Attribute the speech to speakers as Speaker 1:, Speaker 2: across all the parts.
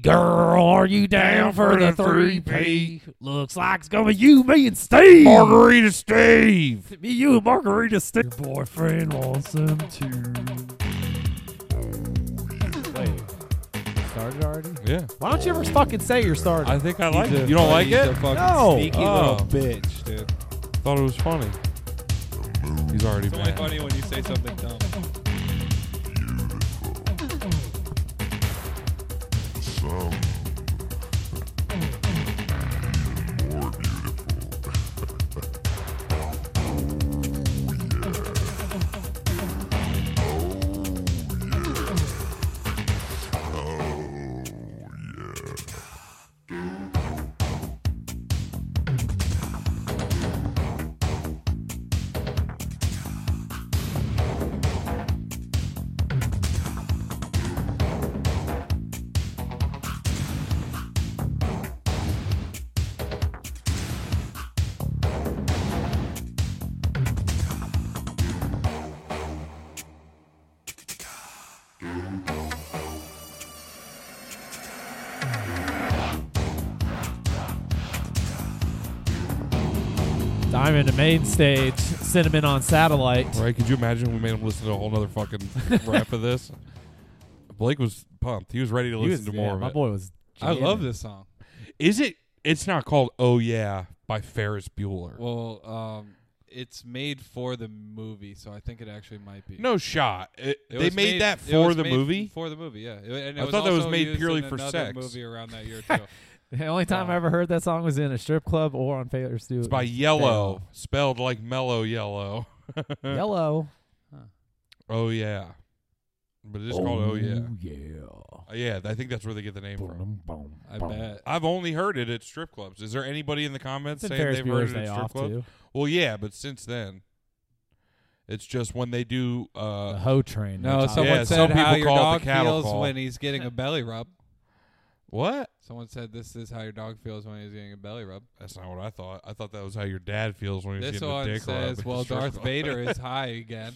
Speaker 1: Girl, are you down for the three P? Looks like it's gonna be you, me, and Steve.
Speaker 2: Margarita Steve.
Speaker 1: me, you, and Margarita Steve. Your boyfriend wants him
Speaker 3: Wait. Started already?
Speaker 2: Yeah.
Speaker 3: Why don't you ever fucking say you're starting?
Speaker 2: I think Oh, I like it. You don't like it?
Speaker 3: no.
Speaker 2: sneaky
Speaker 3: oh,
Speaker 2: little
Speaker 3: bitch, dude.
Speaker 2: Thought it was funny. He's already
Speaker 4: It's only
Speaker 2: mad.
Speaker 4: funny when you say something dumb.
Speaker 3: Diamond to main stage. Cinnamon on satellite.
Speaker 2: Right? Could you imagine we made him listen to a whole other fucking rap of this? Blake was pumped. He was ready to
Speaker 3: He
Speaker 2: listen
Speaker 3: was-
Speaker 2: to
Speaker 3: yeah,
Speaker 2: more of
Speaker 3: my
Speaker 2: it.
Speaker 3: boy was.
Speaker 4: I love
Speaker 3: jamming.
Speaker 4: this song.
Speaker 2: Is it? It's not called "Oh Yeah" by Ferris Bueller.
Speaker 4: Well, um, it's made for the movie, so I think it actually might be.
Speaker 2: no shot. It- they
Speaker 4: It was
Speaker 2: made, that
Speaker 4: it
Speaker 2: for
Speaker 4: was
Speaker 2: the
Speaker 4: made
Speaker 2: movie.
Speaker 4: For the movie, yeah. It- and it
Speaker 2: I thought that was
Speaker 4: also
Speaker 2: made
Speaker 4: used
Speaker 2: purely
Speaker 4: in
Speaker 2: for
Speaker 4: another
Speaker 2: sex.
Speaker 4: Movie around that year too.
Speaker 3: The only time I ever heard that song was in a strip club or on Failure Stew.
Speaker 2: It's by Yellow, spelled like mellow yellow.
Speaker 3: Yellow.
Speaker 2: oh yeah, but it's called "Oh Yeah."
Speaker 3: yeah.
Speaker 2: Uh, Yeah, I think that's where they get the name from.
Speaker 4: I bet.
Speaker 2: I've only heard it at strip clubs. Is there anybody in the comments
Speaker 3: It's in
Speaker 2: saying
Speaker 3: Ferris
Speaker 2: they've heard
Speaker 3: Bueller's
Speaker 2: it at
Speaker 3: Day
Speaker 2: strip
Speaker 3: off,
Speaker 2: clubs?
Speaker 3: too.
Speaker 2: Well, yeah, but since then, it's just when they do.
Speaker 3: The
Speaker 2: Uh,
Speaker 3: hoe train.
Speaker 4: No,
Speaker 3: that's
Speaker 4: someone
Speaker 2: Yeah,
Speaker 4: said
Speaker 2: some
Speaker 4: how
Speaker 2: people
Speaker 4: your
Speaker 2: call it the
Speaker 4: dog
Speaker 2: cattle
Speaker 4: feels
Speaker 2: call.
Speaker 4: when he's getting a belly rub.
Speaker 2: what?
Speaker 4: Someone said this is how your dog feels when he's getting a belly rub.
Speaker 2: That's not what I thought. I thought that was how your dad feels when he's
Speaker 4: This
Speaker 2: getting a
Speaker 4: one
Speaker 2: dick rub.
Speaker 4: says,
Speaker 2: at the
Speaker 4: "Well,
Speaker 2: strip
Speaker 4: Darth
Speaker 2: club."
Speaker 4: Vader is high again."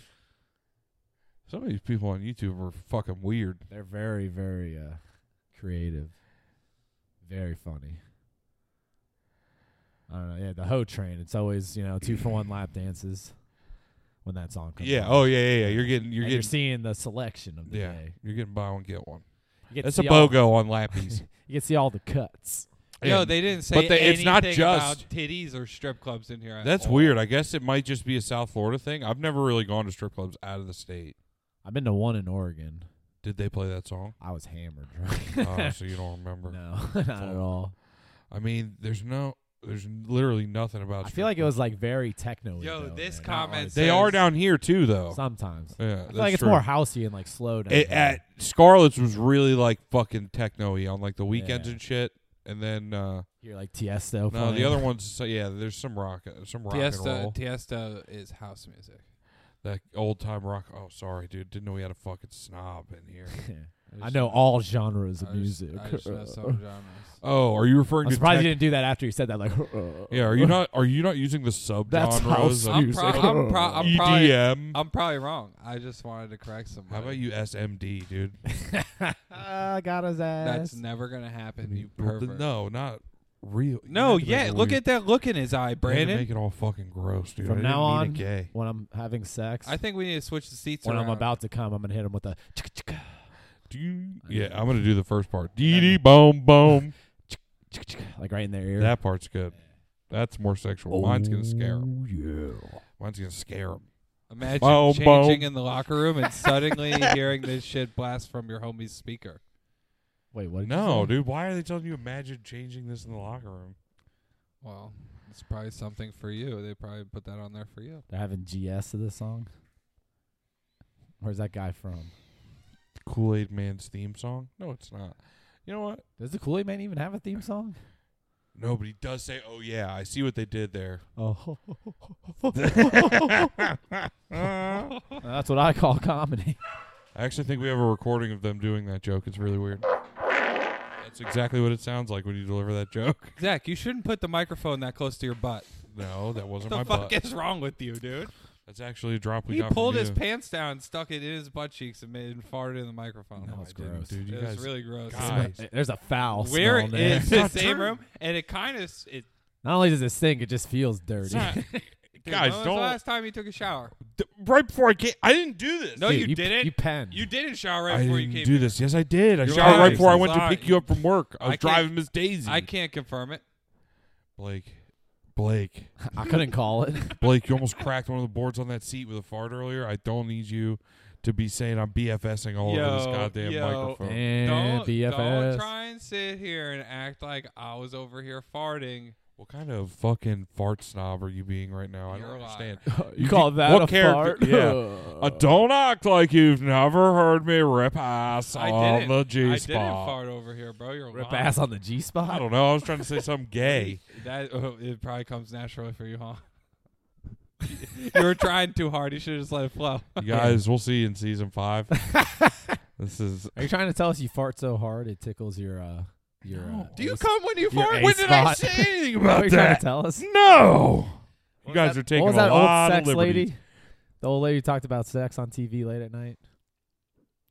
Speaker 2: Some of these people on YouTube are fucking weird.
Speaker 3: They're very, very uh, creative. Very funny. I don't know. Yeah, the hoe train. It's always you know two for one lap dances when that song comes.
Speaker 2: Yeah.
Speaker 3: on.
Speaker 2: Oh yeah, yeah. yeah. You're getting. You're
Speaker 3: And
Speaker 2: getting.
Speaker 3: seeing the selection of the
Speaker 2: yeah.
Speaker 3: day.
Speaker 2: You're getting buy one get one.
Speaker 3: You get to
Speaker 2: That's a
Speaker 3: see all-
Speaker 2: bogo on lappies.
Speaker 3: You get to see all the cuts.
Speaker 4: No,
Speaker 2: And
Speaker 4: they didn't say
Speaker 2: but they- it's
Speaker 4: anything
Speaker 2: not
Speaker 4: about
Speaker 2: just-
Speaker 4: titties or strip clubs in here. at
Speaker 2: That's
Speaker 3: Oh.
Speaker 4: all.
Speaker 2: weird. I guess it might just be a South Florida thing. I've never really gone to strip clubs out of the state.
Speaker 3: I've been to one in Oregon.
Speaker 2: Did they play that song?
Speaker 3: I was hammered.
Speaker 2: oh, so you don't remember.
Speaker 3: no, not at all.
Speaker 2: I mean, there's no, there's literally nothing
Speaker 3: I
Speaker 2: about. strip
Speaker 3: feel like it
Speaker 2: clubs.
Speaker 3: was like very techno.
Speaker 4: Yo, this comment
Speaker 3: comment.
Speaker 2: They are
Speaker 4: says-
Speaker 2: down here too, though.
Speaker 3: sometimes.
Speaker 2: yeah,
Speaker 3: I
Speaker 2: that's
Speaker 3: feel like it's
Speaker 2: true.
Speaker 3: more housey and like slow down.
Speaker 2: It,
Speaker 3: here.
Speaker 2: at Scarlett's was really like fucking techno-y on like the weekends
Speaker 3: Yeah. Oh,
Speaker 2: and shit. And then uh
Speaker 3: You're like Tiesto.
Speaker 2: no, the
Speaker 3: playing.
Speaker 2: other ones. So, yeah, there's some rock, uh, some rock and
Speaker 4: Tiesto,
Speaker 2: roll.
Speaker 4: Tiesto is house music.
Speaker 2: that old time rock. Oh, sorry, dude. Didn't know we had a fucking snob in here.
Speaker 3: I know all genres of
Speaker 4: I just-
Speaker 3: music.
Speaker 4: I just know some genres.
Speaker 2: Oh, are you referring
Speaker 3: I'm
Speaker 2: to?
Speaker 3: surprised
Speaker 2: tech-
Speaker 3: you didn't do that after you said that. Like,
Speaker 2: yeah, are you not? Are you not using the sub
Speaker 3: That's house
Speaker 2: genres of E
Speaker 4: I'm, pro-
Speaker 3: music.
Speaker 4: I'm, pro- I'm probably
Speaker 2: EDM?
Speaker 4: I'm probably wrong. I just wanted to correct somebody.
Speaker 2: How about you, SMD, dude?
Speaker 3: I got his ass.
Speaker 4: That's never gonna happen, you
Speaker 2: Well, th-
Speaker 4: pervert.
Speaker 2: No, not real. You
Speaker 4: No,
Speaker 2: had to make
Speaker 4: yeah.
Speaker 2: it
Speaker 4: Look
Speaker 2: weird.
Speaker 4: at that look in his eye,
Speaker 2: You had to
Speaker 4: Brandon.
Speaker 2: Make it all fucking gross, dude. I
Speaker 3: From
Speaker 2: didn't
Speaker 3: now
Speaker 2: mean
Speaker 3: on,
Speaker 2: it gay.
Speaker 3: when I'm having sex,
Speaker 4: I think we need to switch the seats
Speaker 3: when I'm
Speaker 4: around.
Speaker 3: about to come, I'm gonna hit him with a.
Speaker 2: Do you- yeah, I'm gonna do the first part. Dee dee boom boom.
Speaker 3: like right in their ear. Oh,
Speaker 2: That part's good. That's more sexual. Mine's gonna scare
Speaker 4: Oh.
Speaker 2: him.
Speaker 3: Yeah.
Speaker 2: Mine's gonna scare him.
Speaker 4: imagine
Speaker 2: Boom,
Speaker 4: changing
Speaker 2: boom.
Speaker 4: in the locker room and suddenly hearing this shit blast from your homie's speaker.
Speaker 3: Wait, what? did you
Speaker 2: No,
Speaker 3: say?
Speaker 2: dude. Why are they telling you? Imagine changing this in the locker room.
Speaker 4: Well, it's probably something for you. They probably put that on there for you.
Speaker 3: They're having GS to this song. Where's that guy from?
Speaker 2: Kool Aid Man's theme song? No, it's not. You know what?
Speaker 3: Does the Kool Aid Man even have a theme song?
Speaker 2: No, but he does say, "Oh yeah, I see what they did there."
Speaker 3: Oh,
Speaker 4: Ah.
Speaker 3: that's what I call comedy.
Speaker 2: I actually think we have a recording of them doing that joke. It's really weird. That's exactly what it sounds like when you deliver that joke.
Speaker 4: Zach, you shouldn't put the microphone that close to your butt.
Speaker 2: No, that wasn't
Speaker 4: What
Speaker 2: my
Speaker 4: the fuck
Speaker 2: butt.
Speaker 4: is wrong with you, dude?
Speaker 2: That's actually a drop we
Speaker 4: He
Speaker 2: got. from
Speaker 4: pulled his
Speaker 2: you.
Speaker 4: pants down, stuck it in his butt cheeks, and made and farted in the microphone.
Speaker 3: That
Speaker 4: No,
Speaker 3: was
Speaker 4: I didn't.
Speaker 3: gross.
Speaker 2: dude. You
Speaker 4: It
Speaker 2: guys,
Speaker 4: was really gross.
Speaker 2: God. Guys.
Speaker 3: There's a foul
Speaker 4: We're
Speaker 3: smell there.
Speaker 4: in the same room, and it kind of it.
Speaker 3: Not only does it stink, it just feels dirty.
Speaker 2: It's not-
Speaker 4: Dude,
Speaker 2: guys,
Speaker 4: when was
Speaker 2: don't.
Speaker 4: the last time you took a shower?
Speaker 2: D- right before I came, I didn't do this.
Speaker 4: No,
Speaker 3: Dude,
Speaker 4: you
Speaker 3: you
Speaker 4: didn't.
Speaker 3: You pen.
Speaker 4: You didn't shower right
Speaker 2: I
Speaker 4: before
Speaker 2: didn't
Speaker 4: you came.
Speaker 2: do
Speaker 4: here.
Speaker 2: this. Yes, I did. I
Speaker 4: You're
Speaker 2: showered right
Speaker 4: lying.
Speaker 2: before I went to
Speaker 4: Lying.
Speaker 2: pick you up from work. I
Speaker 4: I
Speaker 2: was
Speaker 4: can't-
Speaker 2: driving Miss Daisy.
Speaker 4: I can't confirm it.
Speaker 2: Blake, Blake,
Speaker 3: I couldn't call it.
Speaker 2: Blake, you almost cracked one of the boards on that seat with a fart earlier. I don't need you to be saying I'm BFSing all over this
Speaker 4: Yo,
Speaker 2: goddamn
Speaker 4: yo,
Speaker 2: microphone.
Speaker 3: and
Speaker 4: Don't,
Speaker 3: BFS.
Speaker 4: don't try and sit here and act like I was over here farting.
Speaker 2: What kind of fucking fart snob are you being right now? I
Speaker 4: You're
Speaker 2: don't
Speaker 4: a
Speaker 2: understand.
Speaker 3: you call that
Speaker 2: what
Speaker 3: a
Speaker 2: character-
Speaker 3: fart?
Speaker 2: yeah. Uh, don't act like you've never heard me rip ass
Speaker 4: I
Speaker 2: on
Speaker 4: didn't.
Speaker 2: the
Speaker 4: I
Speaker 2: G
Speaker 4: didn't
Speaker 2: spot.
Speaker 4: fart over here, bro. You're
Speaker 3: Rip
Speaker 4: lying.
Speaker 3: ass on the G spot.
Speaker 2: I don't know. I was trying to say something gay.
Speaker 4: That oh, it probably comes naturally for you, huh? you were trying too hard. You should have just let it flow.
Speaker 2: You guys, we'll see you in season five. this is
Speaker 3: Are you trying to tell us you fart so hard it tickles your uh your? Uh,
Speaker 2: No.
Speaker 4: Do you come when you
Speaker 3: Your
Speaker 4: fart?
Speaker 3: A
Speaker 4: When did I
Speaker 3: spot.
Speaker 4: say anything
Speaker 3: what
Speaker 4: about
Speaker 3: are you trying
Speaker 4: that?
Speaker 3: to tell us?
Speaker 2: no. You
Speaker 4: was
Speaker 2: guys
Speaker 4: that-
Speaker 2: are taking
Speaker 3: what was
Speaker 2: a
Speaker 3: that
Speaker 2: lot
Speaker 3: old
Speaker 2: of
Speaker 3: sex
Speaker 2: liberties.
Speaker 3: lady? The old lady who talked about sex on TV late at night.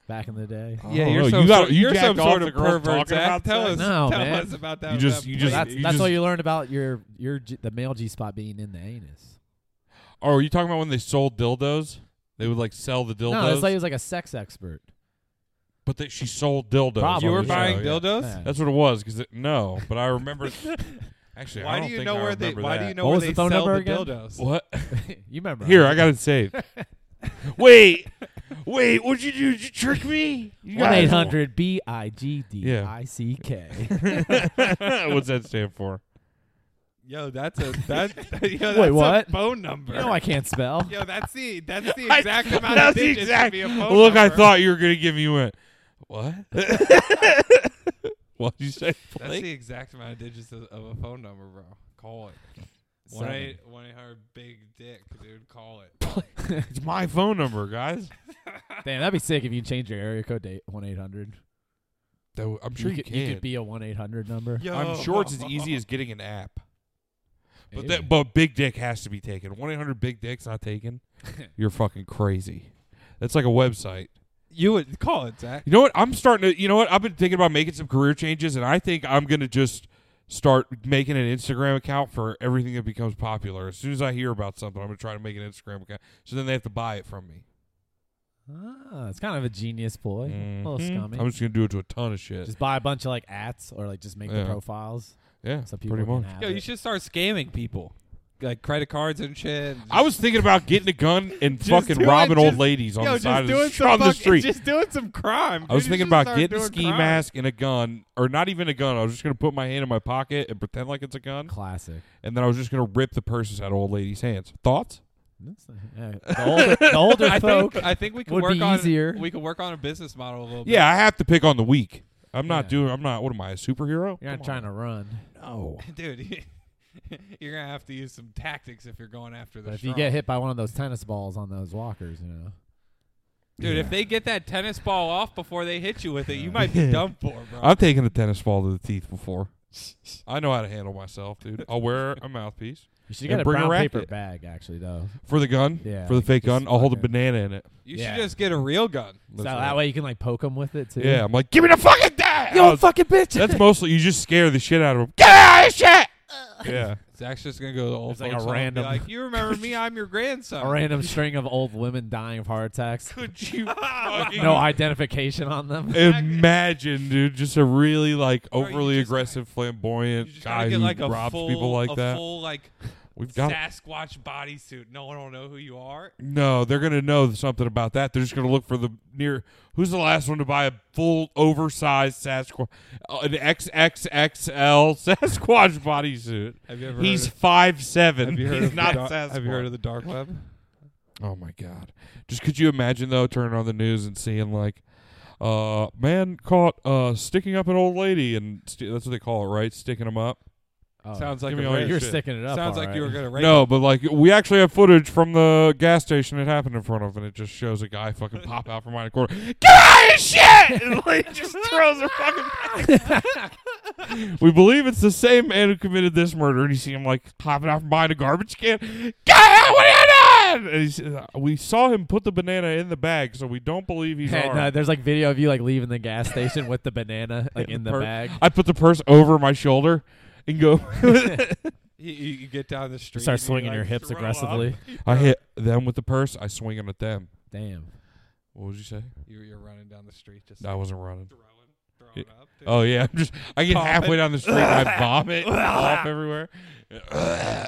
Speaker 3: Back in the day.
Speaker 2: I
Speaker 4: Yeah,
Speaker 2: don't
Speaker 4: you're
Speaker 2: know.
Speaker 4: some,
Speaker 2: Oh, you got
Speaker 4: sort,
Speaker 2: you
Speaker 4: are
Speaker 2: jacked
Speaker 4: some sort
Speaker 2: off
Speaker 4: of
Speaker 2: the girls
Speaker 4: pervert.
Speaker 2: talking
Speaker 4: Zach.
Speaker 2: about
Speaker 4: tell
Speaker 2: sex?
Speaker 4: us,
Speaker 3: No,
Speaker 4: tell
Speaker 3: man.
Speaker 4: us about that.
Speaker 2: You just you just
Speaker 3: that's
Speaker 2: you
Speaker 3: that's
Speaker 2: just,
Speaker 3: all you learn about your your G, the male G spot being in the anus.
Speaker 2: Oh, are you talking about when they sold dildos? They would like sell the dildos,
Speaker 3: No, this lady was like a sex expert.
Speaker 2: but they, she sold dildos.
Speaker 3: Probably.
Speaker 4: you were
Speaker 3: so,
Speaker 4: buying
Speaker 2: yeah.
Speaker 4: dildos.
Speaker 3: Yeah.
Speaker 2: That's what it was. Because no, but I remember. actually, I
Speaker 4: Why do
Speaker 2: don't
Speaker 4: you
Speaker 2: think
Speaker 4: know
Speaker 2: I
Speaker 4: where they?
Speaker 2: remember
Speaker 4: Why
Speaker 2: that.
Speaker 4: do you know
Speaker 3: What
Speaker 4: where
Speaker 3: was the
Speaker 4: they
Speaker 3: phone
Speaker 4: sell
Speaker 3: number
Speaker 4: the
Speaker 3: again?
Speaker 4: dildos?
Speaker 2: What?
Speaker 3: you remember?
Speaker 2: Here, I got it saved. wait, wait, what'd you do? Did you trick me? You
Speaker 3: one
Speaker 2: guys-
Speaker 3: eight hundred B I G D I C K.
Speaker 2: What's that stand for?
Speaker 4: Yo, that's a that. yo, that's
Speaker 3: Wait, what?
Speaker 4: A phone number.
Speaker 3: No, I can't spell.
Speaker 4: Yo, that's the that's the
Speaker 2: I-
Speaker 4: exact amount
Speaker 2: That's
Speaker 4: of
Speaker 2: the
Speaker 4: digits
Speaker 2: exact.
Speaker 4: to be a phone
Speaker 2: Look, I
Speaker 4: number.
Speaker 2: thought you were gonna give me one. What? What'd you say?
Speaker 4: that's
Speaker 2: Blake?
Speaker 4: the exact amount of digits of, of a phone number, bro. Call it. One
Speaker 3: Seven.
Speaker 4: eight one eight hundred big dick, dude. Call it.
Speaker 2: It's my phone number, guys.
Speaker 3: Damn, that'd be sick if you change your area code to one eight hundred.
Speaker 2: I'm sure you,
Speaker 3: could,
Speaker 2: can.
Speaker 3: you could be a one eight hundred number.
Speaker 4: Yo,
Speaker 2: I'm sure it's as easy as getting an app. But that, but big dick has to be taken. One eight hundred big dick's not taken. You're fucking crazy. That's like a website.
Speaker 4: you would call it, Zach.
Speaker 2: You know what? I'm starting to. You know what? I've been thinking about making some career changes, and I think I'm gonna just start making an Instagram account for everything that becomes popular. As soon as I hear about something, I'm gonna try to make an Instagram account. So then they have to buy it from me.
Speaker 3: ah, it's kind of a genius ploy. A little
Speaker 2: Mhm.
Speaker 3: scummy.
Speaker 2: I'm just gonna do it to a ton of shit.
Speaker 3: just buy a bunch of like ats or like just make
Speaker 2: Yeah.
Speaker 3: the profiles
Speaker 2: yeah,
Speaker 3: so people
Speaker 2: pretty
Speaker 3: can
Speaker 2: much.
Speaker 3: have
Speaker 4: Yo, you
Speaker 3: it.
Speaker 4: should start scamming people, like credit cards and shit. and
Speaker 2: I was thinking about getting a gun and
Speaker 4: Just
Speaker 2: fucking
Speaker 4: do it,
Speaker 2: robbing old
Speaker 4: just-
Speaker 2: ladies on
Speaker 4: Yo,
Speaker 2: the
Speaker 4: just
Speaker 2: side of the,
Speaker 4: doing
Speaker 2: str-
Speaker 4: some
Speaker 2: on the
Speaker 4: fucking-
Speaker 2: street.
Speaker 4: Just doing some crime.
Speaker 2: I was
Speaker 4: dude.
Speaker 2: thinking
Speaker 4: You should
Speaker 2: about
Speaker 4: start
Speaker 2: getting a
Speaker 4: doing
Speaker 2: ski
Speaker 4: crime.
Speaker 2: mask and a gun, or not even a gun. I was just gonna put my hand in my pocket and pretend like it's a gun,
Speaker 3: classic.
Speaker 2: and then I was just gonna rip the purses out of old ladies' hands. Thoughts?
Speaker 3: That's not- yeah, the older, the older
Speaker 4: I
Speaker 3: folk.
Speaker 4: think, I think we could
Speaker 3: would
Speaker 4: work
Speaker 3: be
Speaker 4: on
Speaker 3: easier.
Speaker 4: we could work on a business model a little bit.
Speaker 2: Yeah, I have to pick on the weak. I'm not
Speaker 3: Yeah.
Speaker 2: doing. I'm not. What am I? A superhero?
Speaker 3: You're not trying to run,
Speaker 2: to. No.
Speaker 4: dude. You're gonna have to use some tactics if you're going after the.
Speaker 3: but if you
Speaker 4: strong.
Speaker 3: get hit by one of those tennis balls on those walkers, you know.
Speaker 4: dude, if they get that tennis ball off before they hit you with it, you might be done for, bro.
Speaker 2: I've taken a tennis ball to the teeth before. I know how to handle myself, dude. I'll wear a mouthpiece
Speaker 3: You should
Speaker 2: And
Speaker 3: get a
Speaker 2: bring a
Speaker 3: brown paper
Speaker 2: racket.
Speaker 3: bag, actually, though.
Speaker 2: for the gun.
Speaker 3: Yeah,
Speaker 2: For the
Speaker 3: like
Speaker 2: fake
Speaker 3: just
Speaker 2: gun, I'll hold a
Speaker 3: fucking-
Speaker 2: banana in it.
Speaker 4: you
Speaker 3: Yeah.
Speaker 4: should just get a real gun.
Speaker 3: So
Speaker 2: That's
Speaker 3: that
Speaker 2: right.
Speaker 3: way you can like poke them with it too.
Speaker 2: Yeah, I'm like, give me the fucking thing.
Speaker 3: Yo,
Speaker 2: Oh,
Speaker 3: fucking bitch.
Speaker 2: That's mostly you just scare the shit out of him. Get out of here, shit. yeah.
Speaker 4: Zach's just gonna go to the old
Speaker 3: It's like a
Speaker 4: folks home and be
Speaker 3: random-
Speaker 4: like you remember me? I'm your grandson.
Speaker 3: a random string of old women dying of heart attacks.
Speaker 2: Could you fucking
Speaker 3: No identification on them.
Speaker 2: imagine, dude? Just a really like
Speaker 4: Bro, you
Speaker 2: overly
Speaker 4: just-
Speaker 2: aggressive,
Speaker 4: You
Speaker 2: flamboyant
Speaker 4: just gotta
Speaker 2: guy
Speaker 4: get
Speaker 2: who
Speaker 4: like a
Speaker 2: robs
Speaker 4: full,
Speaker 2: people like
Speaker 4: a
Speaker 2: that.
Speaker 4: full like
Speaker 2: We've got
Speaker 4: Sasquatch bodysuit. No one will know who you are.
Speaker 2: No, they're gonna know something about that. They're just gonna look for the near. Who's the last one to buy a full oversized Sasquatch, uh, an XXXL Sasquatch bodysuit?
Speaker 4: Have you ever
Speaker 2: He's
Speaker 4: heard
Speaker 2: five
Speaker 4: of,
Speaker 2: seven.
Speaker 4: have you heard
Speaker 2: He's
Speaker 4: of
Speaker 2: not
Speaker 4: the dar-
Speaker 2: Sasquatch.
Speaker 4: Have you heard of the dark web?
Speaker 2: oh my god! Just could you imagine though, turning on the news and seeing like, uh, man caught uh sticking up an old lady, and st- that's what they call it, right? Sticking them up.
Speaker 3: Oh.
Speaker 4: Sounds like
Speaker 2: Give me
Speaker 4: a
Speaker 2: all your
Speaker 4: rape.
Speaker 3: you're
Speaker 2: shit.
Speaker 3: sticking it up.
Speaker 4: Sounds
Speaker 3: all
Speaker 4: like you were
Speaker 3: right.
Speaker 4: gonna rape.
Speaker 2: No, but like we actually have footage from the gas station it happened in front of, and it just shows a guy fucking pop out from behind a corner. Get out of here, shit! And like just throws her fucking. back. we believe it's the same man who committed this murder, and you see him like popping out from behind a garbage can. Get out! What are you bad. And he said, we saw him put the banana in the bag, so we don't believe he's
Speaker 3: Hey,
Speaker 2: armed.
Speaker 3: no, uh, there's like video of you like leaving the gas station with the banana like
Speaker 2: Yeah,
Speaker 3: in the
Speaker 2: per-
Speaker 3: bag.
Speaker 2: I put the purse over my shoulder and go.
Speaker 4: You, you you get down the street.
Speaker 3: Start
Speaker 4: and you,
Speaker 3: swinging
Speaker 4: like,
Speaker 3: your hips
Speaker 4: throw up.
Speaker 3: aggressively.
Speaker 2: I hit them with the purse. I swing it at them.
Speaker 3: Damn.
Speaker 2: What would you say?
Speaker 4: You, you're running down the street just
Speaker 2: I wasn't running.
Speaker 4: throwing, throwing up. dude.
Speaker 2: Oh yeah, I'm just. I get
Speaker 4: Vomit.
Speaker 2: halfway down the street and I vomit off everywhere.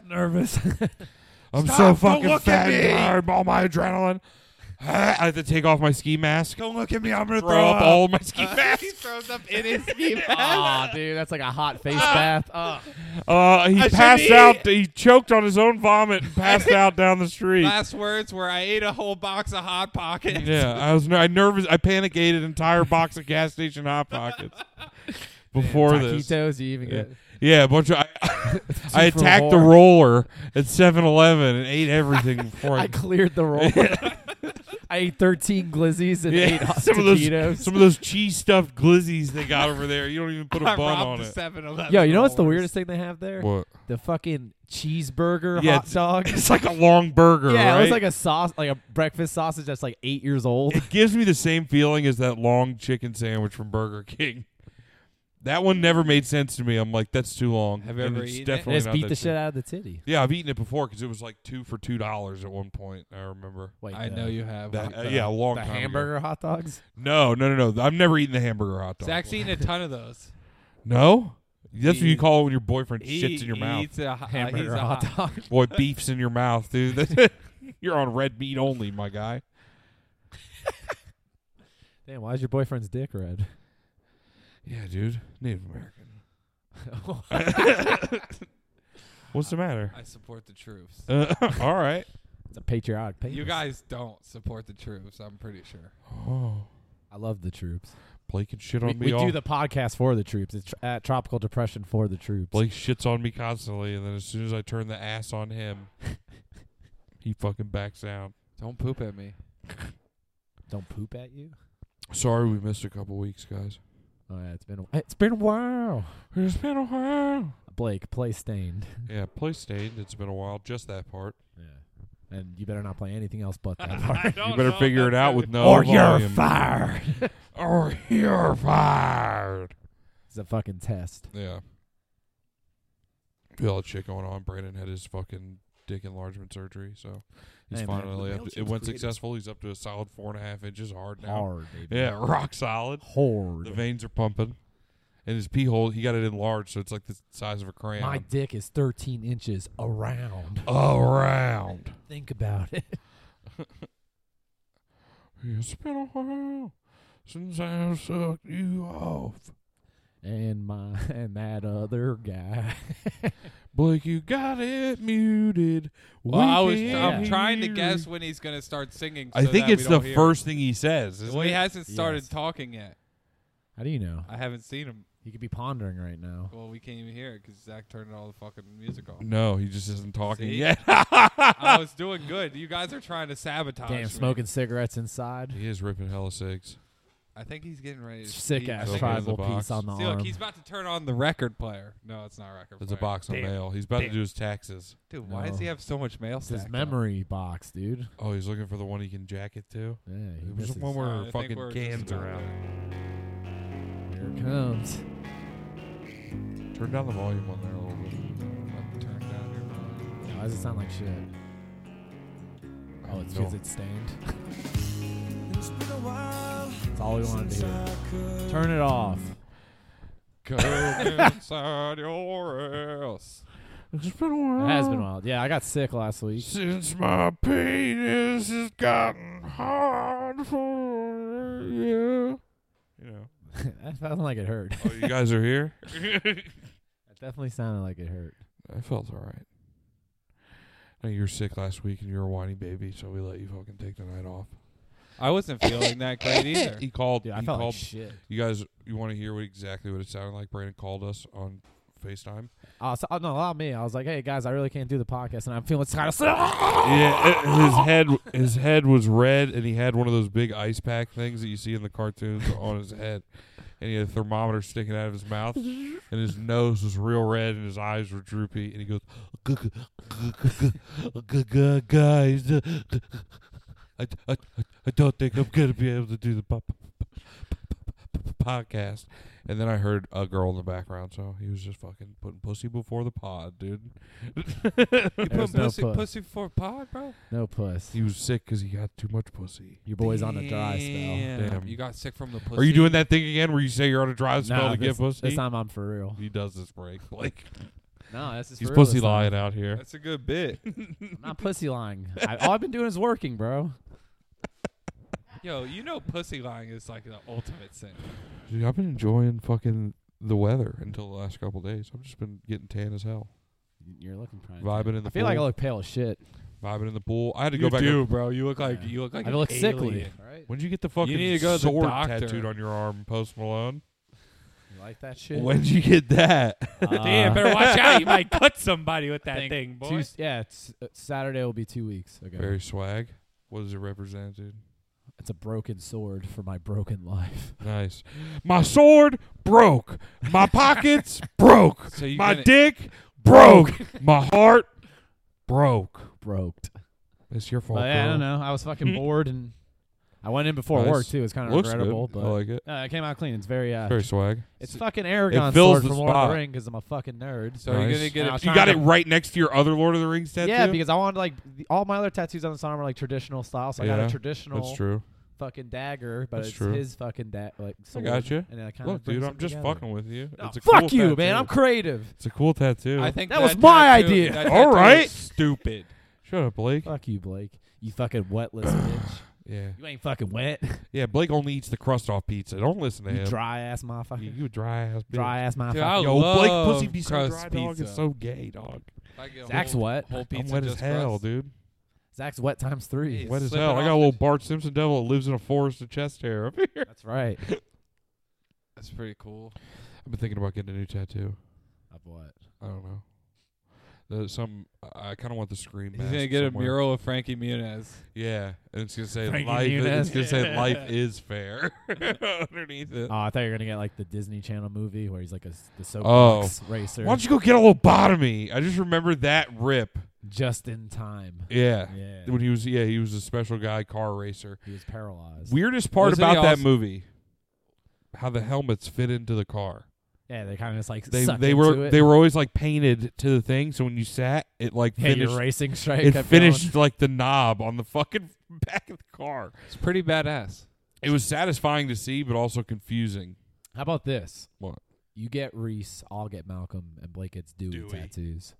Speaker 3: Nervous.
Speaker 2: I'm
Speaker 1: Stop,
Speaker 2: so
Speaker 1: don't
Speaker 2: fucking
Speaker 1: look at
Speaker 2: fat
Speaker 1: me.
Speaker 2: and tired. All my adrenaline. I have to take off my ski mask.
Speaker 1: Don't look at me. I'm gonna
Speaker 2: Throw up all my ski
Speaker 4: he
Speaker 2: masks.
Speaker 4: throws up in his ski
Speaker 3: oh, dude, that's like a hot face bath. Oh.
Speaker 2: Uh, he
Speaker 4: I should
Speaker 2: passed
Speaker 4: eat.
Speaker 2: out. He choked on his own vomit and passed out down the street.
Speaker 4: Last words were, "I ate a whole box of hot pockets."
Speaker 2: Yeah, I was. ner- I nervous. I panic ate an entire box of gas station hot pockets before this.
Speaker 3: Taquitos, you even
Speaker 2: Yeah.
Speaker 3: get.
Speaker 2: Yeah, a bunch of. I, I
Speaker 3: for
Speaker 2: attacked the
Speaker 3: more.
Speaker 2: roller at 7-Eleven and ate everything before I.
Speaker 3: I cleared the roll. I ate 13 glizzies and
Speaker 2: Yeah,
Speaker 3: eight hot
Speaker 2: some of those-
Speaker 3: taquitos.
Speaker 2: some of those cheese stuffed glizzies they got over there. You don't even put a
Speaker 4: I
Speaker 2: bun on
Speaker 4: robbed a
Speaker 2: it.
Speaker 4: 7-Eleven.
Speaker 3: Yo, you know what's the
Speaker 4: rollers.
Speaker 3: weirdest thing they have there?
Speaker 2: What?
Speaker 3: The fucking cheeseburger
Speaker 2: Yeah,
Speaker 3: hot dog.
Speaker 2: It's like a long burger.
Speaker 3: Yeah, it
Speaker 2: right?
Speaker 3: was like a sauce, like a breakfast sausage that's like eight years old.
Speaker 2: It gives me the same feeling as that long chicken sandwich from Burger King. That one never made sense to me. I'm like, that's too long.
Speaker 4: Have you
Speaker 2: and
Speaker 4: ever
Speaker 2: it's
Speaker 4: eaten it?
Speaker 2: definitely
Speaker 3: They just
Speaker 2: not
Speaker 3: beat
Speaker 2: that
Speaker 3: the
Speaker 2: cheap.
Speaker 3: shit out of the titty.
Speaker 2: Yeah, I've eaten it before because it was like two for two dollars at one point. I remember.
Speaker 3: Wait,
Speaker 4: I
Speaker 3: the-
Speaker 4: know you have.
Speaker 2: That,
Speaker 4: Like,
Speaker 2: uh,
Speaker 4: the-
Speaker 2: yeah, a long
Speaker 3: the
Speaker 2: time. ago.
Speaker 3: hamburger hot dogs.
Speaker 2: No, no, no, no. I've never eaten the hamburger hot dog.
Speaker 4: Zach's eaten a ton of those.
Speaker 2: No, that's what
Speaker 4: He-
Speaker 2: you call it when your boyfriend
Speaker 4: He
Speaker 2: shits in your mouth.
Speaker 4: Eats a, hot- uh, he's
Speaker 3: Hamburger
Speaker 4: a
Speaker 3: hot,
Speaker 4: hot.
Speaker 3: dog.
Speaker 2: Boy, beef's in your mouth, dude. That's- You're on red meat only, my guy.
Speaker 3: Damn, why is your boyfriend's dick red?
Speaker 2: Yeah, dude. Native American. What's the matter?
Speaker 4: I support the troops.
Speaker 2: Uh, all right.
Speaker 3: it's a patriotic paper.
Speaker 4: You guys don't support the troops. I'm pretty sure.
Speaker 2: Oh,
Speaker 3: I love the troops.
Speaker 2: Blake can shit on
Speaker 3: We,
Speaker 2: me.
Speaker 3: we
Speaker 2: all.
Speaker 3: do the podcast for the troops. It's tr- uh, tropical depression for the troops.
Speaker 2: Blake shits on me constantly, and then as soon as I turn the ass on him, he fucking backs out.
Speaker 4: Don't poop at me.
Speaker 3: Don't poop at you.
Speaker 2: Sorry, we missed a couple weeks, guys.
Speaker 3: Oh yeah, it's been a, it's been a while.
Speaker 2: It's been a while.
Speaker 3: Blake, play stained.
Speaker 2: Yeah, play stained. It's been a while. Just that part.
Speaker 3: Yeah, and you better not play anything else but that part.
Speaker 2: You better figure it out with no
Speaker 1: or you're
Speaker 2: volume.
Speaker 1: fired.
Speaker 2: Or you're fired.
Speaker 3: it's a fucking test.
Speaker 2: Yeah. We all that shit going on. Brandon had his fucking dick enlargement surgery, so he's
Speaker 3: Hey, man, the
Speaker 2: finally up. To, it
Speaker 1: Belgians
Speaker 2: went
Speaker 1: creative.
Speaker 2: successful. He's up to a solid four and a half inches hard now.
Speaker 3: Hard, baby.
Speaker 2: Yeah, rock solid.
Speaker 3: Hard.
Speaker 2: The veins are pumping, and his pee hole he got it enlarged, so it's like the size of a crayon.
Speaker 3: My dick is 13 inches around.
Speaker 2: Around.
Speaker 3: Think about it.
Speaker 2: It's been a while since I sucked you off,
Speaker 3: And my and that other guy.
Speaker 2: Blake. You got it muted.
Speaker 4: Well, I was.
Speaker 2: We
Speaker 4: I'm
Speaker 2: can't
Speaker 4: trying to
Speaker 2: hear
Speaker 4: guess
Speaker 2: you.
Speaker 4: when he's gonna start singing.
Speaker 2: I
Speaker 4: so
Speaker 2: think
Speaker 4: that
Speaker 2: it's
Speaker 4: we don't
Speaker 2: the
Speaker 4: hear.
Speaker 2: first thing he says. Isn't
Speaker 4: Well, he
Speaker 2: it?
Speaker 4: hasn't started
Speaker 3: Yes.
Speaker 4: talking yet.
Speaker 3: How do you know?
Speaker 4: I haven't seen him.
Speaker 3: You could be pondering right now.
Speaker 4: Well, we can't even hear it because Zach turned all the fucking music off.
Speaker 2: No, he just isn't talking
Speaker 4: See?
Speaker 2: yet.
Speaker 4: I was doing good. You guys are trying to sabotage.
Speaker 3: Damn,
Speaker 4: me.
Speaker 3: smoking cigarettes inside.
Speaker 2: he is ripping hella cigs.
Speaker 4: I think he's getting ready. To
Speaker 3: Sick
Speaker 4: he- I
Speaker 3: ass
Speaker 2: Open
Speaker 4: think-
Speaker 2: try. the
Speaker 3: tribal
Speaker 2: box.
Speaker 3: piece on the
Speaker 4: See,
Speaker 3: arm.
Speaker 4: look, he's about to turn on the record player. No, it's not a record.
Speaker 2: There's a
Speaker 4: player.
Speaker 2: box of
Speaker 1: Damn.
Speaker 2: mail. He's about
Speaker 1: Damn.
Speaker 2: to do his taxes.
Speaker 4: Dude, why
Speaker 3: No.
Speaker 4: does he have so much mail?
Speaker 3: it's his
Speaker 4: stacked up?
Speaker 3: memory box, dude.
Speaker 2: Oh, he's looking for the one he can jack it to.
Speaker 3: Yeah, he
Speaker 2: It was the
Speaker 3: misses.
Speaker 2: one
Speaker 4: Uh, I
Speaker 2: where
Speaker 4: think
Speaker 2: fucking
Speaker 4: we're just
Speaker 2: cans
Speaker 4: about
Speaker 2: are out.
Speaker 3: Here it comes.
Speaker 2: Turn down the volume on there a little bit.
Speaker 4: I'll turn down your volume.
Speaker 3: Why does it sound like shit? Oh, it's because
Speaker 2: No.
Speaker 3: it's stained. That's all we wanted to hear. Turn it off.
Speaker 4: Go inside your ass.
Speaker 2: It's been a while.
Speaker 3: It has been wild. Yeah, I got sick last week.
Speaker 2: Since my penis has gotten hard for you. You know.
Speaker 3: that sounded like it hurt.
Speaker 2: Oh, you guys are here?
Speaker 3: That definitely sounded like it hurt.
Speaker 2: I felt all right. Now you were sick last week and you were a whiny baby, so we let you fucking take the night off.
Speaker 4: I wasn't feeling that great either.
Speaker 2: He called.
Speaker 3: Dude, I
Speaker 2: he
Speaker 3: felt like
Speaker 2: called.
Speaker 3: shit.
Speaker 2: you guys, you want to hear what exactly what it sounded like? Brandon called us on FaceTime.
Speaker 3: Oh, so, oh, no, not me. I was like, hey, guys, I really can't do the podcast, and I'm feeling kind of sick.
Speaker 2: Yeah, it- his head, his head was red, and he had one of those big ice pack things that you see in the cartoons on his head, and he had a thermometer sticking out of his mouth, and his nose was real red, and his eyes were droopy, and he goes, "Gu- gu- gu- gu- gu- gu- gu- "Guys, uh, I, I, I don't think I'm gonna be able to do the po- po- po- po- podcast." And then I heard a girl in the background, so he was just fucking putting pussy before the pod, dude.
Speaker 4: You
Speaker 3: There's
Speaker 4: put
Speaker 3: no
Speaker 4: pussy,
Speaker 3: puss.
Speaker 4: pussy for a pod, bro?
Speaker 3: No puss.
Speaker 2: He was sick because he got too much pussy.
Speaker 3: Your boy's on a dry spell.
Speaker 4: Damn.
Speaker 2: Damn.
Speaker 4: You got sick from the pussy.
Speaker 2: Are you doing that thing again where you say you're on a dry spell
Speaker 3: Nah,
Speaker 2: to
Speaker 3: this,
Speaker 2: get pussy?
Speaker 3: this time I'm for real.
Speaker 2: he does this break. Like
Speaker 3: No, this is
Speaker 2: he's
Speaker 3: for real
Speaker 2: pussy
Speaker 3: this time.
Speaker 2: lying out here.
Speaker 4: That's a good bit.
Speaker 3: I'm not pussy lying. I, all I've been doing is working, bro.
Speaker 4: Yo, you know pussy lying is like the ultimate sin.
Speaker 2: Dude, I've been enjoying fucking the weather until the last couple days. I've just been getting tan as hell,
Speaker 3: You're looking prime.
Speaker 2: vibing in the
Speaker 3: I feel
Speaker 2: pool.
Speaker 3: like I look pale as shit.
Speaker 2: vibing in the pool. I had to
Speaker 4: you
Speaker 2: go back.
Speaker 4: do,
Speaker 2: and-
Speaker 4: bro. You look like
Speaker 3: Yeah.
Speaker 4: you look like
Speaker 3: I
Speaker 4: an
Speaker 3: look
Speaker 4: alien.
Speaker 3: sickly. Right?
Speaker 2: when did you get the fucking
Speaker 4: need to go to the
Speaker 2: sword
Speaker 4: doctor.
Speaker 2: tattooed on your arm, Post Malone?
Speaker 3: You like that shit?
Speaker 2: When'd you get that?
Speaker 4: Damn, better watch out. You might cut somebody with that thing, boy.
Speaker 3: Tues- yeah, it's, uh, Saturday will be two weeks ago.
Speaker 2: Very swag. What does it represent, dude?
Speaker 3: It's a broken sword for my broken life.
Speaker 2: Nice. My sword broke. My pockets broke.
Speaker 4: So you
Speaker 2: My
Speaker 4: gonna-
Speaker 2: dick broke. My heart broke.
Speaker 3: Broked.
Speaker 2: It's your fault.
Speaker 3: But yeah, I
Speaker 2: girl.
Speaker 3: don't know. I was fucking bored and I went in before
Speaker 2: Nice.
Speaker 3: work too. It's kind of
Speaker 2: Looks
Speaker 3: regrettable,
Speaker 2: good.
Speaker 3: but
Speaker 2: I like it.
Speaker 3: no, it came out clean. It's very uh,
Speaker 2: Very swag.
Speaker 3: it's fucking Aragon
Speaker 2: fills
Speaker 3: sword
Speaker 2: the
Speaker 3: from Lord of
Speaker 2: spot.
Speaker 3: the Ring because I'm a fucking nerd.
Speaker 4: So you're
Speaker 2: Nice.
Speaker 4: gonna get
Speaker 3: And I
Speaker 4: a
Speaker 3: was
Speaker 2: You
Speaker 3: trying
Speaker 2: got
Speaker 3: to-
Speaker 2: it right next to your other Lord of the Rings tattoo.
Speaker 3: yeah, because I wanted like the, all my other tattoos on the arm are like traditional style, so I got
Speaker 2: Yeah,
Speaker 3: a traditional
Speaker 2: that's true.
Speaker 3: fucking dagger, but
Speaker 2: That's
Speaker 3: it's
Speaker 2: true.
Speaker 3: his fucking da- like sword.
Speaker 2: gotcha.
Speaker 3: And then I kind
Speaker 2: Look,
Speaker 3: of
Speaker 2: dude, I'm just fucking with you. it's a
Speaker 3: fuck
Speaker 2: cool
Speaker 3: you,
Speaker 2: tattoo.
Speaker 3: man. I'm creative.
Speaker 2: It's a cool tattoo.
Speaker 4: I think
Speaker 3: That was my
Speaker 4: tattoo-
Speaker 3: idea.
Speaker 4: that
Speaker 2: All
Speaker 4: tattoo is
Speaker 2: right.
Speaker 4: stupid.
Speaker 2: Shut up, Blake.
Speaker 3: Fuck you, Blake. You fucking wetless bitch.
Speaker 2: Yeah,
Speaker 3: You ain't fucking wet.
Speaker 2: yeah. Blake only eats the crust off pizza. Don't listen to
Speaker 3: You
Speaker 2: him.
Speaker 3: dry ass
Speaker 2: You,
Speaker 3: motherfucker.
Speaker 2: you a dry ass. Bitch.
Speaker 3: Dry ass
Speaker 4: Dude,
Speaker 3: motherfucker.
Speaker 4: I
Speaker 2: Yo,
Speaker 4: love
Speaker 2: Blake pussy be so
Speaker 4: crust
Speaker 2: dry, dog.
Speaker 4: pizza.
Speaker 2: It's so gay, dog.
Speaker 4: If I get a
Speaker 3: Zach's
Speaker 4: whole,
Speaker 3: wet.
Speaker 4: Whole
Speaker 2: I'm
Speaker 4: pizza
Speaker 2: wet as
Speaker 4: just
Speaker 2: hell,
Speaker 4: crust.
Speaker 2: dude.
Speaker 3: Zach's wet times three.
Speaker 4: Jeez.
Speaker 2: Wet as
Speaker 4: Slip it
Speaker 2: hell. I
Speaker 4: off
Speaker 2: got a little
Speaker 4: the-
Speaker 2: Bart Simpson devil that lives in a forest of chest hair up here.
Speaker 3: That's right.
Speaker 4: That's pretty cool.
Speaker 2: I've been thinking about getting a new tattoo.
Speaker 3: Of what?
Speaker 2: I don't know. There's some I kind of want the scream.
Speaker 4: He's gonna
Speaker 2: mask
Speaker 4: get a
Speaker 2: somewhere.
Speaker 4: mural of Frankie Muniz.
Speaker 2: Yeah, and it's gonna say
Speaker 1: Frankie
Speaker 2: life. It's
Speaker 1: Muniz.
Speaker 2: gonna say life is fair underneath it.
Speaker 3: Oh, I thought you were gonna get like the Disney Channel movie where he's like a s- the
Speaker 2: Oh.
Speaker 3: soapbox racer,
Speaker 2: Why don't you go get a lobotomy? I just remember that rip.
Speaker 3: just in time.
Speaker 2: Yeah.
Speaker 3: Yeah,
Speaker 2: when he was yeah he was a special guy car racer.
Speaker 3: he was paralyzed.
Speaker 2: Weirdest part
Speaker 4: Wasn't he
Speaker 2: about that
Speaker 4: also-
Speaker 2: movie, how the helmets fit into the car.
Speaker 3: yeah, they kind of just like
Speaker 2: They
Speaker 3: sucked
Speaker 2: they
Speaker 3: into
Speaker 2: were
Speaker 3: it.
Speaker 2: they were always like painted to the thing, so when you sat, it like
Speaker 3: yeah,
Speaker 2: finished.
Speaker 3: your racing strike.
Speaker 2: It
Speaker 3: kept
Speaker 2: finished like the knob on the fucking back of the car.
Speaker 4: It's pretty badass.
Speaker 2: It was satisfying to see, but also confusing.
Speaker 3: Going. How about this?
Speaker 2: What?
Speaker 3: You get Reese, I'll get Malcolm, and Blake gets Dewey,
Speaker 2: Dewey.
Speaker 3: tattoos.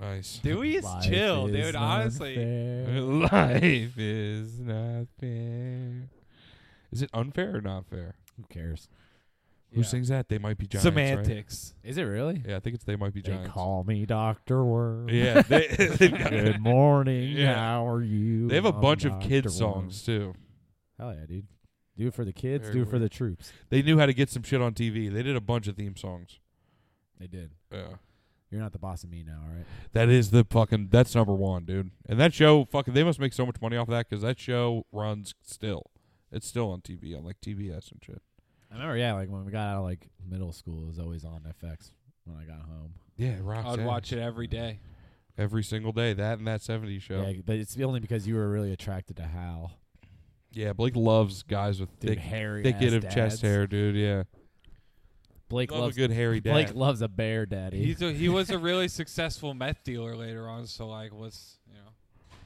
Speaker 2: Nice.
Speaker 4: Dewey is
Speaker 3: Life
Speaker 4: chill,
Speaker 3: is
Speaker 4: dude.
Speaker 3: not
Speaker 4: Honestly,
Speaker 3: fair.
Speaker 2: Life is not fair. Is it unfair or not fair?
Speaker 3: who cares?
Speaker 2: Who
Speaker 4: Yeah.
Speaker 2: sings that? They might be giants. right?
Speaker 4: semantics.
Speaker 3: Is it really?
Speaker 2: Yeah, I think it's they might be
Speaker 3: They
Speaker 2: giants.
Speaker 3: call me Doctor Worm.
Speaker 2: Yeah, they, they've got-
Speaker 3: Good morning.
Speaker 2: Yeah.
Speaker 3: How are you?
Speaker 2: they have a
Speaker 3: I'm
Speaker 2: bunch of
Speaker 3: Dr.
Speaker 2: kids
Speaker 3: Worm.
Speaker 2: songs too.
Speaker 3: Hell yeah, dude. Do it for the kids.
Speaker 2: Very
Speaker 3: do it for
Speaker 2: weird.
Speaker 3: the troops.
Speaker 2: They knew how to get some shit on TV. They did a bunch of theme songs.
Speaker 3: They did.
Speaker 2: Yeah,
Speaker 3: You're not the boss of me now, all right?
Speaker 2: that is the fucking. That's number one, dude. And that show, fucking, they must make so much money off that because that show runs still. It's still on TV on like TBS and shit.
Speaker 3: I remember, yeah, like when we got out of like middle school, it was always on FX when I got home.
Speaker 2: Yeah, rock.
Speaker 4: I'd watch it every day.
Speaker 2: every single day. That and that '70s show.
Speaker 3: Yeah, but it's only because you were really attracted to Hal.
Speaker 2: Yeah, Blake loves guys with
Speaker 3: Dude,
Speaker 2: thick,
Speaker 3: hairy
Speaker 2: thick
Speaker 3: ass
Speaker 2: of chest
Speaker 3: dads.
Speaker 2: hair, dude. Yeah,
Speaker 3: Blake
Speaker 2: love
Speaker 3: loves
Speaker 2: a good hairy dad.
Speaker 3: Blake loves a bear daddy.
Speaker 4: He's a, he was a really successful meth dealer later on. So like, what's you know?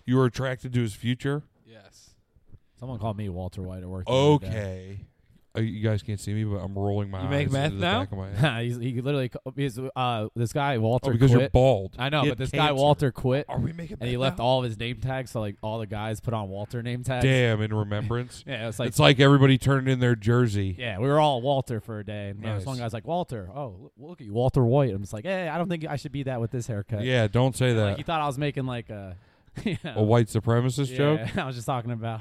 Speaker 2: you were attracted to his future.
Speaker 4: Yes.
Speaker 3: Someone called me Walter White at work. the other day.
Speaker 2: Okay, Uh, you guys can't see me, but I'm rolling my
Speaker 4: You
Speaker 2: eyes
Speaker 4: make meth
Speaker 2: into the
Speaker 4: now?
Speaker 2: back of my head.
Speaker 3: He's- he literally ca- he's, uh this guy Walter
Speaker 2: Oh, because
Speaker 3: quit.
Speaker 2: you're bald.
Speaker 3: I know,
Speaker 2: You
Speaker 3: but
Speaker 2: had
Speaker 3: this guy
Speaker 2: cancer.
Speaker 3: Walter quit
Speaker 2: Are we making?
Speaker 3: and he
Speaker 2: meth
Speaker 3: left
Speaker 2: now?
Speaker 3: all of his name tags so like all the guys put on Walter name tags.
Speaker 2: Damn, in remembrance.
Speaker 3: Yeah, it's like
Speaker 2: it's like everybody turned in their jersey.
Speaker 3: Yeah, we were all Walter for a day. And uh,
Speaker 2: Nice.
Speaker 3: this one guy's like, Walter, oh, look, look at you, Walter White. I'm just like, hey, I don't think I should be that with this haircut.
Speaker 2: Yeah, don't say
Speaker 3: Like,
Speaker 2: that.
Speaker 3: he thought I was making like a, you know,
Speaker 2: a white supremacist
Speaker 3: yeah,
Speaker 2: joke,
Speaker 3: I was just talking about.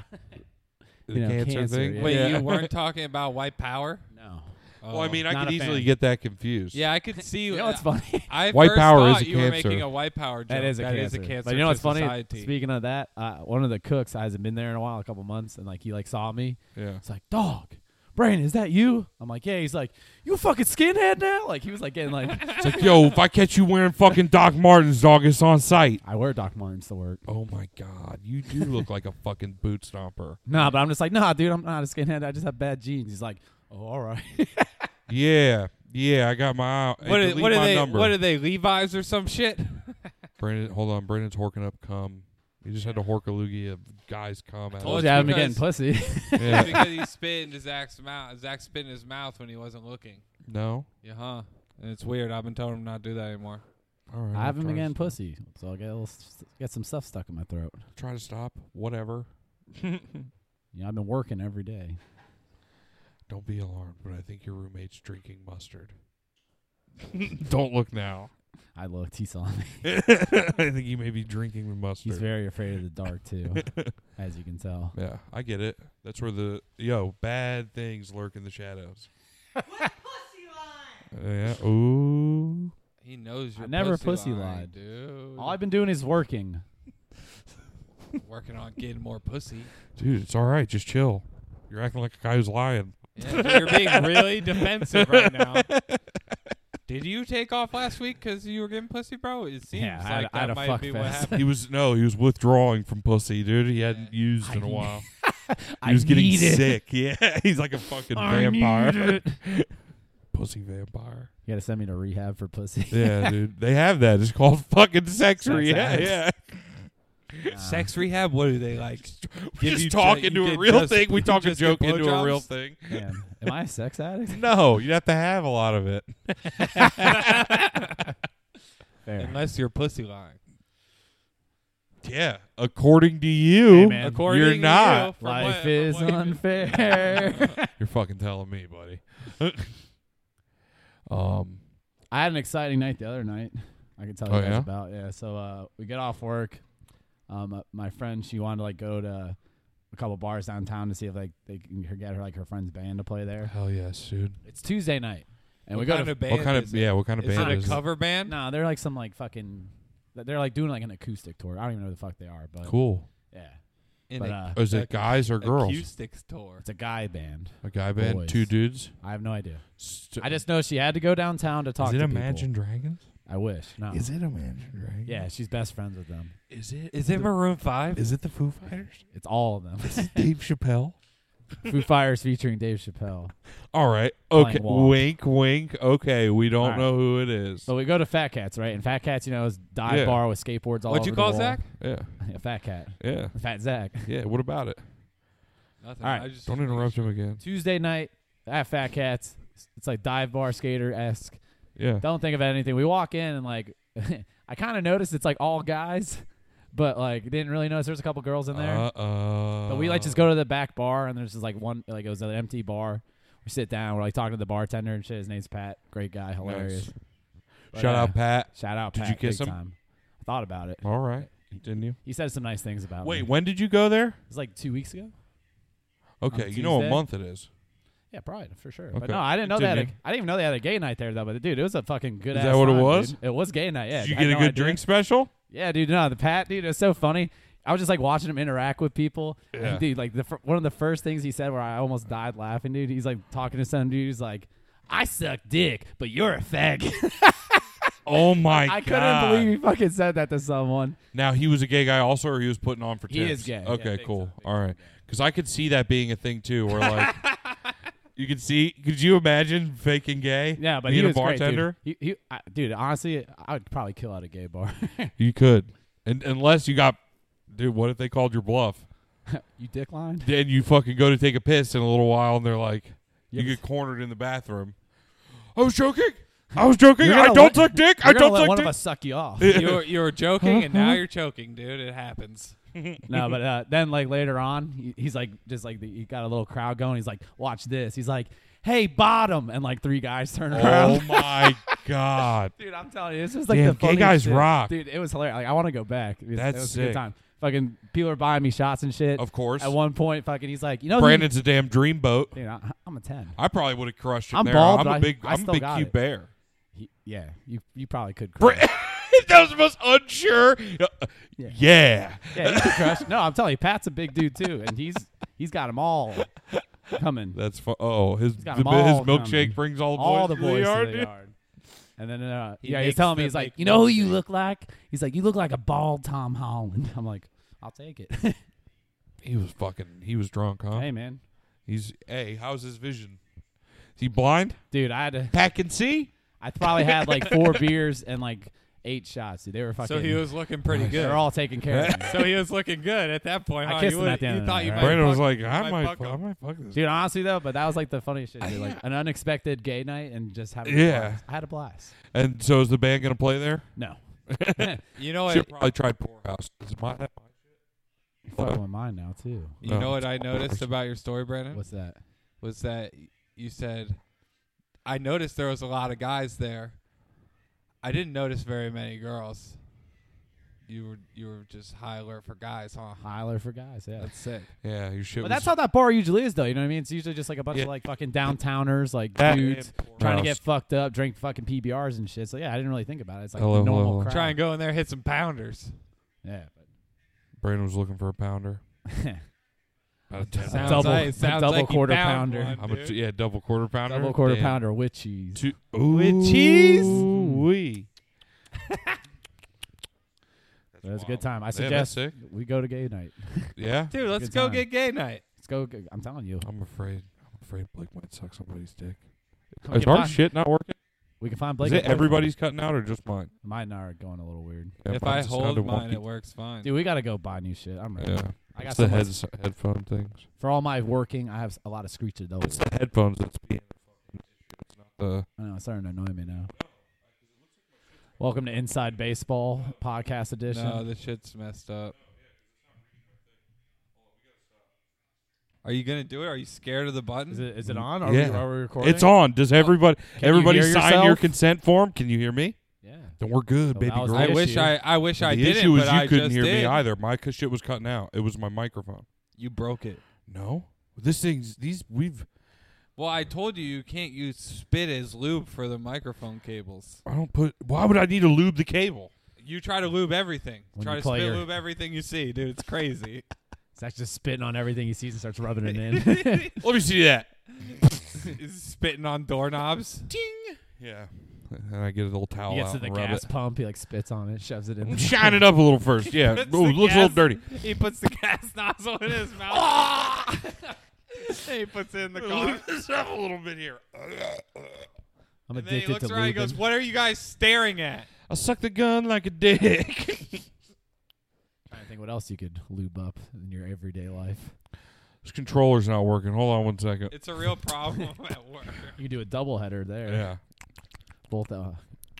Speaker 2: the
Speaker 3: You know,
Speaker 2: cancer,
Speaker 3: cancer,
Speaker 2: thing.
Speaker 3: yeah.
Speaker 4: Wait,
Speaker 2: Yeah.
Speaker 4: you weren't talking about white power?
Speaker 3: No.
Speaker 2: well, I
Speaker 4: Oh.
Speaker 2: mean, I
Speaker 3: Not
Speaker 2: could
Speaker 3: a
Speaker 2: easily
Speaker 3: fan.
Speaker 2: get that confused.
Speaker 4: yeah, I could see.
Speaker 3: You know what's funny?
Speaker 4: I
Speaker 2: White
Speaker 4: first
Speaker 2: power
Speaker 4: thought
Speaker 2: is a
Speaker 4: you were
Speaker 2: cancer.
Speaker 4: making a white power joke.
Speaker 3: that is a cancer. But you know
Speaker 4: to
Speaker 3: what's funny?
Speaker 4: society.
Speaker 3: Speaking of that, uh, one of the cooks, I hasn't been there in a while, a couple months, and like he like saw me.
Speaker 2: yeah.
Speaker 3: It's like, dog, Brian, is that you? I'm like, yeah. He's like, you a fucking skinhead now? Like he was like getting like,
Speaker 2: It's like, yo, if I catch you wearing fucking Doc Martens, dog, it's on site.
Speaker 3: I wear Doc Martens to work.
Speaker 2: Oh my god, you do look like a fucking boot stomper.
Speaker 3: Nah, but I'm just like, nah, dude, I'm not a skinhead. I just have bad genes. He's like, oh, all right.
Speaker 2: Yeah, yeah, I got my eye. Hey,
Speaker 4: What, are-
Speaker 2: delete
Speaker 4: what are
Speaker 2: my
Speaker 4: they?
Speaker 2: number.
Speaker 4: What are they? Levi's or some shit?
Speaker 2: Brandon, hold on, Brandon's horking up cum. He just had to hork a loogie of guys cum. out.
Speaker 3: Oh,
Speaker 4: Told
Speaker 2: of-
Speaker 4: you, Adam, you're getting
Speaker 3: pussy.
Speaker 2: Yeah.
Speaker 4: because he spit into Zach's mouth. Zach spit in his mouth when he wasn't looking.
Speaker 2: No.
Speaker 4: Yeah, huh? And it's weird. I've been telling him not to do that anymore.
Speaker 2: All right.
Speaker 3: I
Speaker 2: I'll
Speaker 3: haven't
Speaker 2: try
Speaker 3: been
Speaker 2: to
Speaker 3: getting
Speaker 2: s-
Speaker 3: pussy, so I get a little, st- get some stuff stuck in my throat.
Speaker 2: Try to stop. Whatever.
Speaker 3: You know, I've been working every day.
Speaker 2: Don't be alarmed, but I think your roommate's drinking mustard. Don't look now.
Speaker 3: I looked. He saw me.
Speaker 2: I think he may be drinking the mustard.
Speaker 3: He's very afraid of the dark too, as you can tell.
Speaker 2: yeah, I get it. That's where the yo bad things lurk in the shadows. Uh, yeah. Ooh.
Speaker 4: He knows
Speaker 3: I
Speaker 4: your
Speaker 3: never pussy
Speaker 4: pussy
Speaker 3: lied.
Speaker 4: dude.
Speaker 3: All I've been doing is working.
Speaker 4: working on getting more pussy.
Speaker 2: Dude, it's all right. Just chill. You're acting like a guy who's lying.
Speaker 4: Yeah, but you're being really defensive right now. Did you take off last week because you were getting pussy, bro? It seems
Speaker 3: Yeah, I had-
Speaker 4: like
Speaker 3: I had
Speaker 4: that
Speaker 3: a
Speaker 4: might
Speaker 3: fuck
Speaker 4: be what
Speaker 3: fest.
Speaker 4: happened.
Speaker 2: He was no, he was withdrawing from pussy, dude. He hadn't
Speaker 4: Yeah.
Speaker 2: used in a
Speaker 3: I-
Speaker 2: while.
Speaker 3: I
Speaker 2: He was getting
Speaker 3: need it.
Speaker 2: sick. Yeah, he's like a fucking
Speaker 1: I need
Speaker 2: vampire. pussy vampire.
Speaker 3: You gotta send me to rehab for pussy.
Speaker 2: Yeah, dude. They have that. It's called fucking sex.
Speaker 3: Sex
Speaker 2: yeah,
Speaker 3: ads.
Speaker 2: yeah.
Speaker 3: Uh,
Speaker 4: Sex rehab? What do they like?
Speaker 2: We
Speaker 4: Give
Speaker 2: just
Speaker 4: you
Speaker 2: talk
Speaker 4: ju- you
Speaker 2: into a
Speaker 4: get
Speaker 2: real
Speaker 4: just-
Speaker 2: thing. We
Speaker 4: you
Speaker 2: talk a
Speaker 4: just get
Speaker 2: joke into a real
Speaker 4: blowjobs?
Speaker 2: thing.
Speaker 3: Man, am I a sex addict?
Speaker 2: No, you'd have to have a lot of it.
Speaker 3: Fair.
Speaker 4: Unless you're pussy lying.
Speaker 2: Yeah, according to you,
Speaker 3: man. And
Speaker 4: According
Speaker 2: you're
Speaker 4: to
Speaker 2: not.
Speaker 4: You, from
Speaker 3: Life
Speaker 4: what-
Speaker 3: is
Speaker 4: from what-
Speaker 3: unfair.
Speaker 2: you're fucking telling me, buddy. um,
Speaker 3: I had an exciting night the other night. I could tell you
Speaker 2: Oh,
Speaker 3: guys
Speaker 2: yeah?
Speaker 3: about yeah. So uh, we get off work. Um, uh, my friend she wanted to like go to a couple bars downtown to see if like they can her- get her like her friend's band to play there.
Speaker 2: hell yes, dude.
Speaker 3: It's Tuesday night, and
Speaker 4: What
Speaker 3: we go
Speaker 4: kind
Speaker 3: to
Speaker 4: of band
Speaker 2: what kind
Speaker 4: is
Speaker 2: of
Speaker 4: it?
Speaker 2: yeah? What kind of
Speaker 4: Is
Speaker 2: band
Speaker 4: it
Speaker 2: is
Speaker 4: a cover band?
Speaker 3: no, they're like some like fucking. They're like doing like an acoustic tour. I don't even know who the fuck they are, but
Speaker 2: it? Cool.
Speaker 3: yeah,
Speaker 4: In
Speaker 3: but
Speaker 4: a-
Speaker 3: uh,
Speaker 2: Is it
Speaker 4: Ac-
Speaker 2: guys or girls?
Speaker 4: Acoustics tour.
Speaker 3: it's a guy band.
Speaker 2: A guy band,
Speaker 3: Boys.
Speaker 2: two dudes.
Speaker 3: I have no idea.
Speaker 2: St-
Speaker 3: I just know she had to go downtown to talk.
Speaker 2: Is it
Speaker 3: to
Speaker 2: Imagine Dragons?
Speaker 3: People. I wish. No.
Speaker 2: it Imagine Dragons?
Speaker 3: yeah, she's best friends with them.
Speaker 2: Is it?
Speaker 4: Is it Maroon Five?
Speaker 2: Is it the Foo Fighters?
Speaker 3: It's all of them.
Speaker 2: Is it Dave Chappelle?
Speaker 3: Foo Fighters featuring Dave Chappelle.
Speaker 2: All right.
Speaker 3: Playing
Speaker 2: Okay.
Speaker 3: Wall.
Speaker 2: Wink, wink. Okay, we don't
Speaker 3: All right.
Speaker 2: know who it is.
Speaker 3: So we go to Fat Cats, right? And Fat Cats, you know, is dive
Speaker 2: Yeah.
Speaker 3: bar with skateboards all
Speaker 4: What'd you
Speaker 3: over the
Speaker 4: call
Speaker 3: wall.
Speaker 4: Zach?
Speaker 2: yeah,
Speaker 3: Yeah, fat Cat.
Speaker 2: yeah,
Speaker 3: Fat Zach.
Speaker 2: yeah. What about it?
Speaker 4: Nothing.
Speaker 3: All right,
Speaker 4: I just
Speaker 2: Don't interrupt him again.
Speaker 3: Tuesday night at Fat Cats. It's like dive bar skater esque.
Speaker 2: Yeah.
Speaker 3: Don't think of anything. We walk in and like, I kind of noticed it's like all guys, but like didn't really notice there's a couple girls in there.
Speaker 2: Uh, uh,
Speaker 3: but we like just go to the back bar and there's just like one like it was an empty bar. We sit down. We're like talking to the bartender and shit. His name's Pat. Great guy. Hilarious. But,
Speaker 2: Shout
Speaker 3: uh,
Speaker 2: out, Pat.
Speaker 3: Shout out.
Speaker 2: Did
Speaker 3: Pat,
Speaker 2: you kiss
Speaker 3: big
Speaker 2: him?
Speaker 3: Time. I thought about it.
Speaker 2: All right. Didn't you?
Speaker 3: He said some nice things about me.
Speaker 2: Wait, when did you go there?
Speaker 3: It's like two weeks ago.
Speaker 2: Okay,
Speaker 3: On
Speaker 2: you know what
Speaker 3: Tuesday?
Speaker 2: month it is.
Speaker 3: Yeah, probably for sure. But
Speaker 2: Okay.
Speaker 3: no, I didn't know
Speaker 2: Did
Speaker 3: they had a,
Speaker 2: you?
Speaker 3: I didn't even know they had a gay night there though. But dude, it was a fucking good.
Speaker 2: Is
Speaker 3: ass
Speaker 2: that what it
Speaker 3: time,
Speaker 2: was?
Speaker 3: dude. It was gay night. Yeah.
Speaker 2: did you
Speaker 3: I had
Speaker 2: get a
Speaker 3: no
Speaker 2: good
Speaker 3: idea.
Speaker 2: drink special?
Speaker 3: Yeah, dude. No, the Pat, dude, it was so funny. I was just like watching him interact with people.
Speaker 2: Yeah.
Speaker 3: And, dude, like the fir- one of the first things he said where I almost died laughing, dude. He's like talking to some dude. He's like, "I suck dick, but you're a fag."
Speaker 2: Oh my
Speaker 3: I
Speaker 2: god!
Speaker 3: couldn't believe he fucking said that to someone.
Speaker 2: Now he was a gay guy also, or he was putting on for.
Speaker 3: He is
Speaker 2: tips?
Speaker 3: gay. Yeah,
Speaker 2: Okay,
Speaker 3: big
Speaker 2: cool.
Speaker 3: time, big
Speaker 2: All right, because I could see that being a thing too, where like you could see. Could you imagine faking gay?
Speaker 3: Yeah, but
Speaker 2: being
Speaker 3: he
Speaker 2: a
Speaker 3: was great, dude.
Speaker 2: bartender.
Speaker 3: he, he, I, dude, honestly, I would probably kill at a gay bar.
Speaker 2: You could, and unless you got, dude. What if they called your bluff?
Speaker 3: you dick lined?
Speaker 2: Then you fucking go to take a piss in a little while, and they're like,
Speaker 3: Yeah,
Speaker 2: you get cornered in the bathroom. I was joking. I was joking.
Speaker 3: You're
Speaker 2: I
Speaker 3: gonna
Speaker 2: don't
Speaker 3: let-
Speaker 2: suck dick. I
Speaker 3: You're gonna
Speaker 2: don't
Speaker 3: let
Speaker 2: suck
Speaker 3: one
Speaker 2: dick.
Speaker 3: of us suck you off.
Speaker 4: you were, you were joking and now you're choking, dude. It happens.
Speaker 3: no, but uh, then like later on, he, he's like just like the, he got a little crowd going. He's like, watch this. He's like, hey, bottom, and like three guys turn
Speaker 2: Oh
Speaker 3: around.
Speaker 2: my god.
Speaker 3: Dude, I'm telling you, this was like
Speaker 2: Damn,
Speaker 3: the
Speaker 2: gay
Speaker 3: funniest
Speaker 2: guys
Speaker 3: shit.
Speaker 2: rock.
Speaker 3: Dude, it was hilarious. Like I want to go back. It was,
Speaker 2: That's
Speaker 3: it was a
Speaker 2: sick.
Speaker 3: good time. Fucking people are buying me shots and shit.
Speaker 2: Of course.
Speaker 3: At one point, fucking, he's like, you know, who-
Speaker 2: Brandon's a damn dreamboat.
Speaker 3: dude, I, I'm a ten.
Speaker 2: I probably would have crushed him
Speaker 3: I'm
Speaker 2: there.
Speaker 3: bald,
Speaker 2: I'm
Speaker 3: but
Speaker 2: a
Speaker 3: I-
Speaker 2: big,
Speaker 3: I
Speaker 2: am a
Speaker 3: still
Speaker 2: big
Speaker 3: got
Speaker 2: cute
Speaker 3: it.
Speaker 2: bear.
Speaker 3: He, yeah, you you probably could.
Speaker 2: Bra-
Speaker 3: Crush.
Speaker 2: that was the most unsure. Yeah.
Speaker 3: Yeah.
Speaker 2: yeah.
Speaker 3: yeah, you could crush. No, I'm telling you, Pat's a big dude too, and he's he's got them all. coming.
Speaker 2: That's fu- oh his
Speaker 3: He's
Speaker 2: the,
Speaker 3: got
Speaker 2: his
Speaker 3: 'em all
Speaker 2: milkshake
Speaker 3: coming.
Speaker 2: brings all the boys,
Speaker 3: All the
Speaker 2: to the
Speaker 3: boys
Speaker 2: yard.
Speaker 3: to the yard. And then uh,
Speaker 4: He
Speaker 3: yeah, he's
Speaker 4: makes
Speaker 3: telling me
Speaker 4: them
Speaker 3: he's like,
Speaker 4: make
Speaker 3: you know who you look like? He's like, you look like a bald Tom Holland. I'm like, I'll take it.
Speaker 2: He was fucking. He was drunk, huh?
Speaker 3: hey man,
Speaker 2: He's hey. How's his vision? Is he blind?
Speaker 3: dude, I had to,
Speaker 2: Pat can see.
Speaker 3: I probably had like four beers and like eight shots. Dude, they were fucking.
Speaker 4: So he was looking pretty good.
Speaker 3: They're all taking care of me.
Speaker 4: so he was looking good at that point.
Speaker 3: I
Speaker 4: huh?
Speaker 3: kissed
Speaker 4: you
Speaker 3: him
Speaker 4: would-
Speaker 3: at the end
Speaker 4: you
Speaker 3: of
Speaker 4: thought
Speaker 3: the
Speaker 4: you
Speaker 3: night,
Speaker 4: might
Speaker 3: right?
Speaker 2: Brandon
Speaker 4: fuck
Speaker 2: was like,
Speaker 4: him.
Speaker 2: I might,
Speaker 4: fuck
Speaker 2: fu- I
Speaker 4: him.
Speaker 2: might fuck this.
Speaker 3: Dude, honestly though, but that was like the funniest shit. Dude. Like an unexpected gay night and just having
Speaker 2: Yeah.
Speaker 3: a blast. I had a blast.
Speaker 2: And so is the band gonna play there?
Speaker 3: No,
Speaker 4: You know what?
Speaker 2: Should probably try Poorhouse. Is it my-
Speaker 3: you're fucking with mine now too.
Speaker 2: No.
Speaker 4: You know what I noticed about your story, Brandon,
Speaker 3: What's that?
Speaker 4: was that you said, "I noticed there was a lot of guys there. I didn't notice very many girls. You were you were just high alert for guys, huh?
Speaker 3: Holler for guys. Yeah.
Speaker 4: That's sick.
Speaker 2: Yeah, your shit.
Speaker 3: But
Speaker 2: was
Speaker 3: that's how that bar usually is, though. You know what I mean? It's usually just like a bunch
Speaker 2: Yeah.
Speaker 3: of like fucking downtowners, like
Speaker 2: That-
Speaker 3: dudes trying to get
Speaker 2: Poorhouse.
Speaker 3: fucked up, drink fucking PBRs and shit. So yeah, I didn't really think about it. It's like
Speaker 2: Hello,
Speaker 3: a normal
Speaker 2: hello, hello.
Speaker 3: crowd.
Speaker 4: Try and go in there, hit some pounders.
Speaker 3: Yeah.
Speaker 2: Brandon was looking for a pounder. About a ten.
Speaker 4: Sounds
Speaker 3: double-
Speaker 4: like,
Speaker 3: a
Speaker 4: sounds
Speaker 3: double
Speaker 4: like you
Speaker 3: quarter
Speaker 4: found
Speaker 3: pounder.
Speaker 4: one,
Speaker 2: How much?
Speaker 4: dude.
Speaker 2: Yeah, double quarter pounder.
Speaker 3: Double quarter
Speaker 2: Damn.
Speaker 3: pounder with cheese.
Speaker 2: Two,
Speaker 4: With cheese?
Speaker 2: We.
Speaker 3: That was a good time. I
Speaker 2: Yeah, that's
Speaker 3: suggest
Speaker 2: sick.
Speaker 3: we go to gay night.
Speaker 2: Yeah.
Speaker 4: Dude, let's
Speaker 3: Good
Speaker 4: go
Speaker 3: time.
Speaker 4: get gay night.
Speaker 3: Let's go. g- I'm telling you,
Speaker 2: I'm afraid. I'm afraid Blake might suck somebody's dick.
Speaker 3: Come
Speaker 2: Is
Speaker 3: get
Speaker 2: our
Speaker 3: mine.
Speaker 2: shit not working?
Speaker 3: we can find Blake.
Speaker 2: Is
Speaker 3: and
Speaker 2: it
Speaker 3: Blake.
Speaker 2: everybody's cutting out or just mine?
Speaker 3: Mine and I are going a little weird.
Speaker 2: Yeah,
Speaker 4: if I
Speaker 2: mine's just
Speaker 4: hold
Speaker 2: kinda
Speaker 4: mine,
Speaker 2: wonky.
Speaker 4: it works fine.
Speaker 3: Dude, we gotta go buy new shit. I'm ready.
Speaker 2: Yeah.
Speaker 3: I got
Speaker 2: It's
Speaker 3: so
Speaker 2: the
Speaker 3: much-
Speaker 2: heads, headphone things.
Speaker 3: for all my working. I have s- a lot of screeches though.
Speaker 2: It's the headphones that's being the fucking issue. It's
Speaker 3: I know it's starting to annoy me now. Welcome to Inside Baseball Podcast Edition.
Speaker 4: No, the shit's messed up. Are you gonna do it? Are you scared of the button?
Speaker 3: Is it is it on? Are,
Speaker 2: Mm-hmm. Yeah.
Speaker 3: we, are we
Speaker 2: not
Speaker 3: recording?
Speaker 2: the. It's on. Does everybody
Speaker 3: you
Speaker 2: everybody
Speaker 3: hear
Speaker 2: sign your
Speaker 3: yourself?
Speaker 2: consent form? Can you hear me?
Speaker 3: Yeah.
Speaker 2: Then we're good,
Speaker 3: Oh,
Speaker 2: baby
Speaker 3: that was
Speaker 2: girl.
Speaker 3: the
Speaker 4: I wish
Speaker 3: issue.
Speaker 4: I, I wish I
Speaker 2: the
Speaker 4: didn't,
Speaker 2: issue
Speaker 4: but
Speaker 2: is you
Speaker 4: I
Speaker 2: couldn't
Speaker 4: just
Speaker 2: hear
Speaker 4: did.
Speaker 2: me either. My c- shit was cutting out. It was my microphone.
Speaker 4: You broke it.
Speaker 2: No, this thing's these we've.
Speaker 4: Well, I told you you can't use spit as lube for the microphone cables.
Speaker 2: I don't put. Why would I need to lube the cable?
Speaker 4: You try to lube everything.
Speaker 3: When
Speaker 4: try
Speaker 3: you
Speaker 4: to
Speaker 3: play
Speaker 4: spit
Speaker 3: your-
Speaker 4: lube everything you see, dude. It's crazy.
Speaker 3: Zach's just spitting on everything he sees and starts rubbing it in.
Speaker 2: Let me see that.
Speaker 4: It's spitting on doorknobs.
Speaker 2: Yeah. And I get a little towel
Speaker 3: he gets
Speaker 2: out
Speaker 3: to the
Speaker 2: and uh, rub
Speaker 3: gas
Speaker 2: it.
Speaker 3: pump. He like spits on it, shoves it in.
Speaker 2: Shine it up a little first. Yeah.
Speaker 4: Puts
Speaker 2: Ooh,
Speaker 4: the
Speaker 2: looks a little
Speaker 4: gas-
Speaker 2: dirty.
Speaker 4: He puts the gas nozzle in his mouth. and he puts it in the car.
Speaker 2: Lube this up a little bit here.
Speaker 3: I'm
Speaker 4: And then he
Speaker 3: addicted
Speaker 4: looks
Speaker 3: to
Speaker 4: around and goes,
Speaker 3: lubing.
Speaker 4: What are you guys staring at?
Speaker 2: I suck the gun like a dick.
Speaker 3: I think what else you could lube up in your everyday life.
Speaker 2: this controller's not working. Hold on one second.
Speaker 4: It's a real problem at work.
Speaker 3: You could do a double header there.
Speaker 2: Yeah.
Speaker 3: Both uh,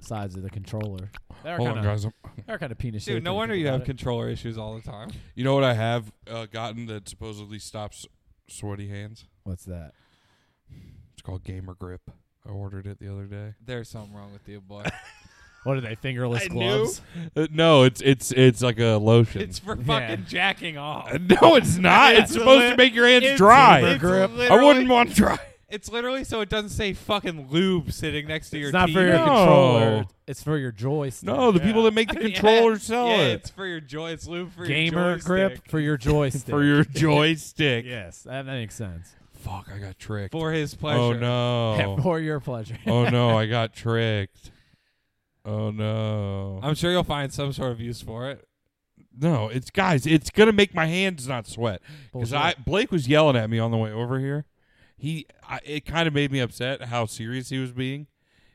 Speaker 3: sides of the controller. They're
Speaker 2: Hold on,
Speaker 3: kind of
Speaker 2: guys. I'm-
Speaker 3: they're kind of penis.
Speaker 4: Dude,
Speaker 3: shaped
Speaker 4: no
Speaker 3: when
Speaker 4: wonder
Speaker 3: think
Speaker 4: you
Speaker 3: about
Speaker 4: have
Speaker 3: it.
Speaker 4: controller issues all the time.
Speaker 2: You know what I have uh, gotten that supposedly stops sweaty hands?
Speaker 3: What's that?
Speaker 2: It's called Gamer Grip. I ordered it the other day.
Speaker 4: There's something wrong with you, boy.
Speaker 3: What are they? Fingerless
Speaker 2: I knew.
Speaker 3: gloves.
Speaker 2: Uh, no, it's it's it's like a lotion.
Speaker 4: It's for
Speaker 3: Yeah.
Speaker 4: fucking jacking off.
Speaker 2: Uh, no, it's not.
Speaker 4: Yeah,
Speaker 2: it's supposed
Speaker 4: li-
Speaker 2: to make your hands
Speaker 4: it's-
Speaker 2: dry.
Speaker 4: It's
Speaker 3: grip.
Speaker 4: literally,
Speaker 2: I wouldn't want dry.
Speaker 4: It's literally so it doesn't say fucking lube sitting next to your
Speaker 3: It's not
Speaker 4: teeth.
Speaker 3: for your
Speaker 2: No.
Speaker 3: controller. It's for your joystick.
Speaker 2: No, the people
Speaker 4: Yeah.
Speaker 2: that make the
Speaker 4: Yeah.
Speaker 2: controller sell
Speaker 4: yeah,
Speaker 2: it
Speaker 4: it's for your joy. It's lube for your
Speaker 3: gamer
Speaker 4: joystick.
Speaker 3: grip for your joystick.
Speaker 2: for your joystick.
Speaker 3: yes, that that makes sense.
Speaker 2: Fuck, I got tricked.
Speaker 4: for his pleasure.
Speaker 2: oh no.
Speaker 3: For your pleasure.
Speaker 2: oh no, I got tricked. Oh no.
Speaker 4: I'm sure you'll find some sort of use for it.
Speaker 2: no, it's guys, it's going to make my hands not sweat. Cuz I
Speaker 3: Bullshit.
Speaker 2: Blake was yelling at me on the way over here. He I, it kind of made me upset how serious he was being.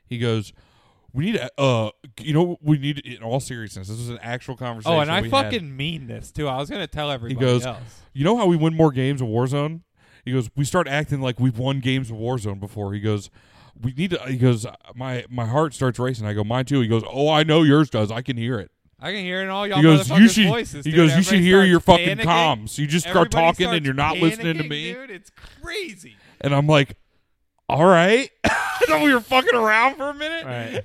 Speaker 2: He goes, "We need a uh you know what we need in all seriousness. This was an actual conversation
Speaker 4: Oh, and I
Speaker 2: we had.
Speaker 4: fucking mean this too. I was gonna tell everybody
Speaker 2: goes,
Speaker 4: else.
Speaker 2: you know how we win more games of Warzone? He goes, we start acting like we've won games of Warzone before. He goes, we need to. He goes, my my heart starts racing. I go, mine too. He goes, oh, I know yours does. I can hear it.
Speaker 4: I can hear it in all y'all
Speaker 2: he goes, you
Speaker 4: motherfuckers'
Speaker 2: should.
Speaker 4: voices.
Speaker 2: he
Speaker 4: dude.
Speaker 2: goes, you should
Speaker 4: Everybody
Speaker 2: hear your
Speaker 4: starts
Speaker 2: fucking
Speaker 4: panicking.
Speaker 2: comms. You just start
Speaker 4: Everybody
Speaker 2: talking
Speaker 4: starts
Speaker 2: and you're not listening to
Speaker 4: panicking,
Speaker 2: me.
Speaker 4: dude. It's crazy.
Speaker 2: And I'm like, all right. I thought we were fucking around for a minute.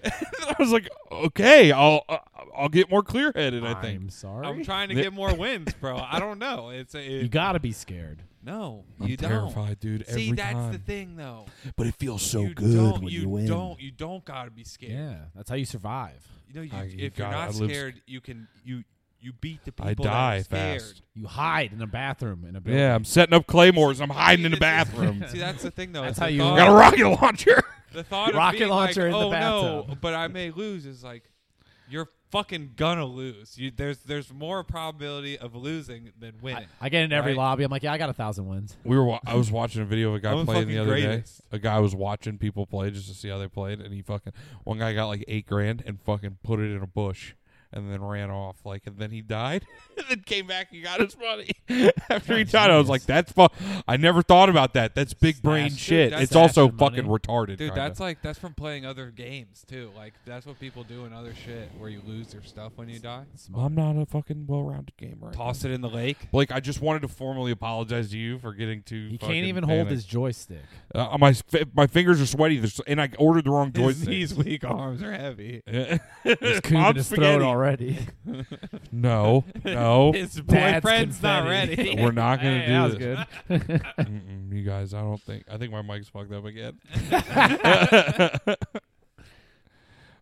Speaker 3: Right.
Speaker 2: I was like, okay, I'll uh, I'll get more clear headed. I think.
Speaker 3: I'm sorry.
Speaker 4: I'm trying to
Speaker 2: Th-
Speaker 4: get more wins, bro. I don't know. It's a,
Speaker 3: you
Speaker 4: it,
Speaker 3: gotta be scared.
Speaker 4: no,
Speaker 2: I'm
Speaker 4: you don't.
Speaker 2: terrified, dude.
Speaker 4: See,
Speaker 2: every
Speaker 4: that's
Speaker 2: time.
Speaker 4: the thing, though.
Speaker 2: But it feels so
Speaker 4: you
Speaker 2: good
Speaker 4: don't,
Speaker 2: when
Speaker 4: you,
Speaker 2: you, win.
Speaker 4: don't. You don't gotta be scared.
Speaker 3: Yeah, that's how you survive.
Speaker 4: You know, you,
Speaker 2: I- you
Speaker 4: if you're
Speaker 2: gotta- I
Speaker 4: not
Speaker 2: live-
Speaker 4: scared, you can you
Speaker 5: You beat the people.
Speaker 2: I
Speaker 5: that
Speaker 2: die
Speaker 5: were scared.
Speaker 2: fast.
Speaker 3: You hide in a bathroom in a building.
Speaker 2: Yeah, I'm setting up claymores. I'm hiding in the
Speaker 4: See,
Speaker 2: bathroom.
Speaker 4: See, that's the thing, though.
Speaker 3: That's
Speaker 4: is
Speaker 3: how
Speaker 4: the
Speaker 3: you-
Speaker 4: thought-
Speaker 2: Got a rocket launcher.
Speaker 4: The thought
Speaker 3: Rocket
Speaker 4: of being
Speaker 3: launcher
Speaker 4: like,
Speaker 3: in the
Speaker 4: oh no,
Speaker 3: bathtub."
Speaker 4: but I may lose is like you're fucking gonna lose. You, there's there's more probability of losing than winning.
Speaker 3: I get in every
Speaker 4: Right.
Speaker 3: lobby. I'm like, yeah, I got a thousand wins.
Speaker 2: We were. Wa- I was watching a video of a guy
Speaker 4: I'm the
Speaker 2: playing the
Speaker 4: fucking
Speaker 2: other
Speaker 4: greatest.
Speaker 2: day. A guy was watching people play just to see how they played, and he fucking one guy got like eight grand and fucking put it in a bush and then ran off. Like, and then he died, and then came back and got his money after
Speaker 4: Oh,
Speaker 2: he died. I was like, that's fu- I never thought about that. That's big brain
Speaker 4: Dude,
Speaker 2: shit.
Speaker 4: that's-
Speaker 2: It's also
Speaker 3: Stash the money.
Speaker 2: fucking retarded,
Speaker 4: Dude,
Speaker 2: kinda.
Speaker 4: that's like that's from playing other games too. Like that's what people do in other shit where you lose their stuff when you die.
Speaker 2: Well, I'm not a fucking well-rounded gamer.
Speaker 4: Toss it in the lake.
Speaker 2: Blake, I just wanted to formally apologize to you for getting too.
Speaker 3: He
Speaker 2: fucking
Speaker 3: can't even hold
Speaker 2: panicked.
Speaker 3: his joystick.
Speaker 2: Uh, my fi- my fingers are sweaty, There's, and I ordered the wrong
Speaker 4: His
Speaker 2: joystick.
Speaker 4: knees weak, arms are heavy.
Speaker 3: He's
Speaker 2: It's
Speaker 3: cooing in his throat already.
Speaker 2: No, no,
Speaker 4: His
Speaker 3: Dad's
Speaker 4: boyfriend's not
Speaker 3: confetti.
Speaker 4: ready.
Speaker 2: we're not gonna
Speaker 3: Hey,
Speaker 2: do
Speaker 3: that was
Speaker 2: this.
Speaker 3: good.
Speaker 2: Mm-mm, you guys, I don't think. I think my mic's fucked up again.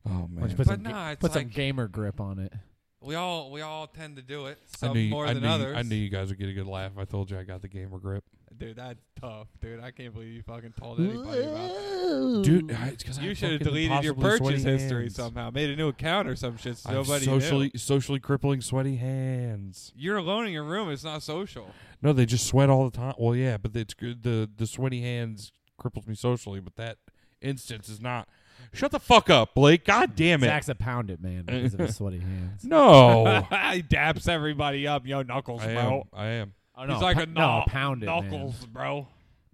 Speaker 2: oh
Speaker 3: Why don't you
Speaker 2: man,
Speaker 3: put
Speaker 4: But
Speaker 3: some, ga-
Speaker 4: nah, it's
Speaker 3: put some
Speaker 4: like-
Speaker 3: gamer grip on it.
Speaker 4: we all we all tend to do it.
Speaker 2: I
Speaker 4: Some
Speaker 2: knew, you,
Speaker 4: more
Speaker 2: I,
Speaker 4: than
Speaker 2: knew you-
Speaker 4: others.
Speaker 2: I knew you guys would get a good laugh. I told you I got the gamer grip,
Speaker 4: Dude, that's tough, dude. I can't believe you fucking told anybody about that.
Speaker 2: dude. I- it's 'cause I
Speaker 4: You
Speaker 2: have
Speaker 4: should have
Speaker 2: fucking
Speaker 4: deleted your
Speaker 2: impossibly sweaty
Speaker 4: purchase history
Speaker 2: hands.
Speaker 4: somehow, made a new account or some shit. So
Speaker 2: I have
Speaker 4: nobody
Speaker 2: socially
Speaker 4: knew.
Speaker 2: socially crippling sweaty hands.
Speaker 4: You're alone in your room. It's not social.
Speaker 2: No, they just sweat all the time. Well, yeah, but it's good. The the sweaty hands cripples me socially, but that instance is not. Shut the fuck up, Blake. God damn it.
Speaker 3: Zach's a pound it man because of his sweaty hands.
Speaker 2: No.
Speaker 4: he daps everybody up, yo knuckles,
Speaker 2: Oh. I am. I am.
Speaker 3: Oh,
Speaker 4: He's like
Speaker 3: pu-
Speaker 4: a
Speaker 3: no,
Speaker 4: knuck-
Speaker 3: pound it, man.
Speaker 4: bro.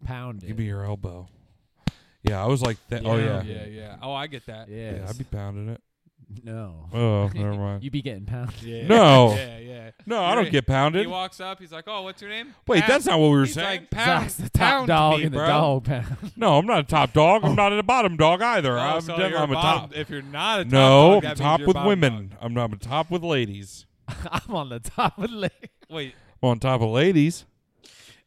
Speaker 3: pound it.
Speaker 2: Give me your elbow. Yeah, I was like that. oh yeah.
Speaker 3: Yeah.
Speaker 4: yeah, yeah. Oh, I get that.
Speaker 3: yes.
Speaker 2: Yeah, I'd be pounding it.
Speaker 3: no,
Speaker 2: Oh, never mind.
Speaker 3: you be getting pounded.
Speaker 4: Yeah.
Speaker 2: No.
Speaker 4: Yeah, yeah.
Speaker 2: No, I
Speaker 4: You're-
Speaker 2: don't get
Speaker 4: He
Speaker 2: pounded.
Speaker 4: walks up. He's like, "Oh, what's your name?"
Speaker 2: Wait,
Speaker 4: Pound.
Speaker 2: that's not what we were
Speaker 4: He's
Speaker 2: saying.
Speaker 4: like, "Pound,
Speaker 3: Zach's the top
Speaker 4: pound
Speaker 3: dog
Speaker 4: me,
Speaker 3: and the
Speaker 4: bro."
Speaker 3: dog pound.
Speaker 2: No, I'm not a top dog. I'm not a bottom dog either.
Speaker 4: Oh,
Speaker 2: I'm,
Speaker 4: so
Speaker 2: def-
Speaker 4: you're
Speaker 2: I'm a
Speaker 4: bottom-
Speaker 2: top.
Speaker 4: If you're not a top
Speaker 2: no,
Speaker 4: dog,
Speaker 2: I'm
Speaker 4: that means
Speaker 2: top
Speaker 4: you're
Speaker 2: with
Speaker 4: bottom
Speaker 2: women.
Speaker 4: dog.
Speaker 2: I'm not I'm top with ladies.
Speaker 3: I'm on the top of the lake.
Speaker 4: Wait,
Speaker 2: I'm on top of ladies.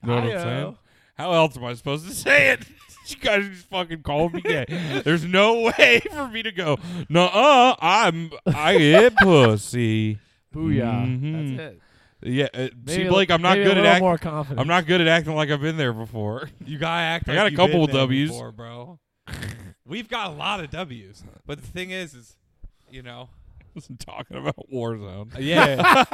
Speaker 2: Know what I'm
Speaker 3: Ayo.
Speaker 2: saying? How else am I supposed to say it? you guys just fucking called me gay. There's no way for me to go. Nuh-uh, I'm I get pussy.
Speaker 3: Booyah!
Speaker 2: Mhm.
Speaker 3: That's it.
Speaker 2: Yeah, uh, see,
Speaker 3: Maybe a-
Speaker 2: Blake, I'm not
Speaker 3: maybe
Speaker 2: good
Speaker 3: a
Speaker 2: at
Speaker 3: little
Speaker 2: acting.
Speaker 3: more confident.
Speaker 2: I'm not good at acting like I've been there before.
Speaker 4: you gotta act.
Speaker 2: I
Speaker 4: like
Speaker 2: got a
Speaker 4: you've
Speaker 2: couple
Speaker 4: been there
Speaker 2: Ws.
Speaker 4: before, bro. We've got a lot of W's, but the thing is, is you know,
Speaker 2: Listen, talking about Warzone.
Speaker 4: Yeah,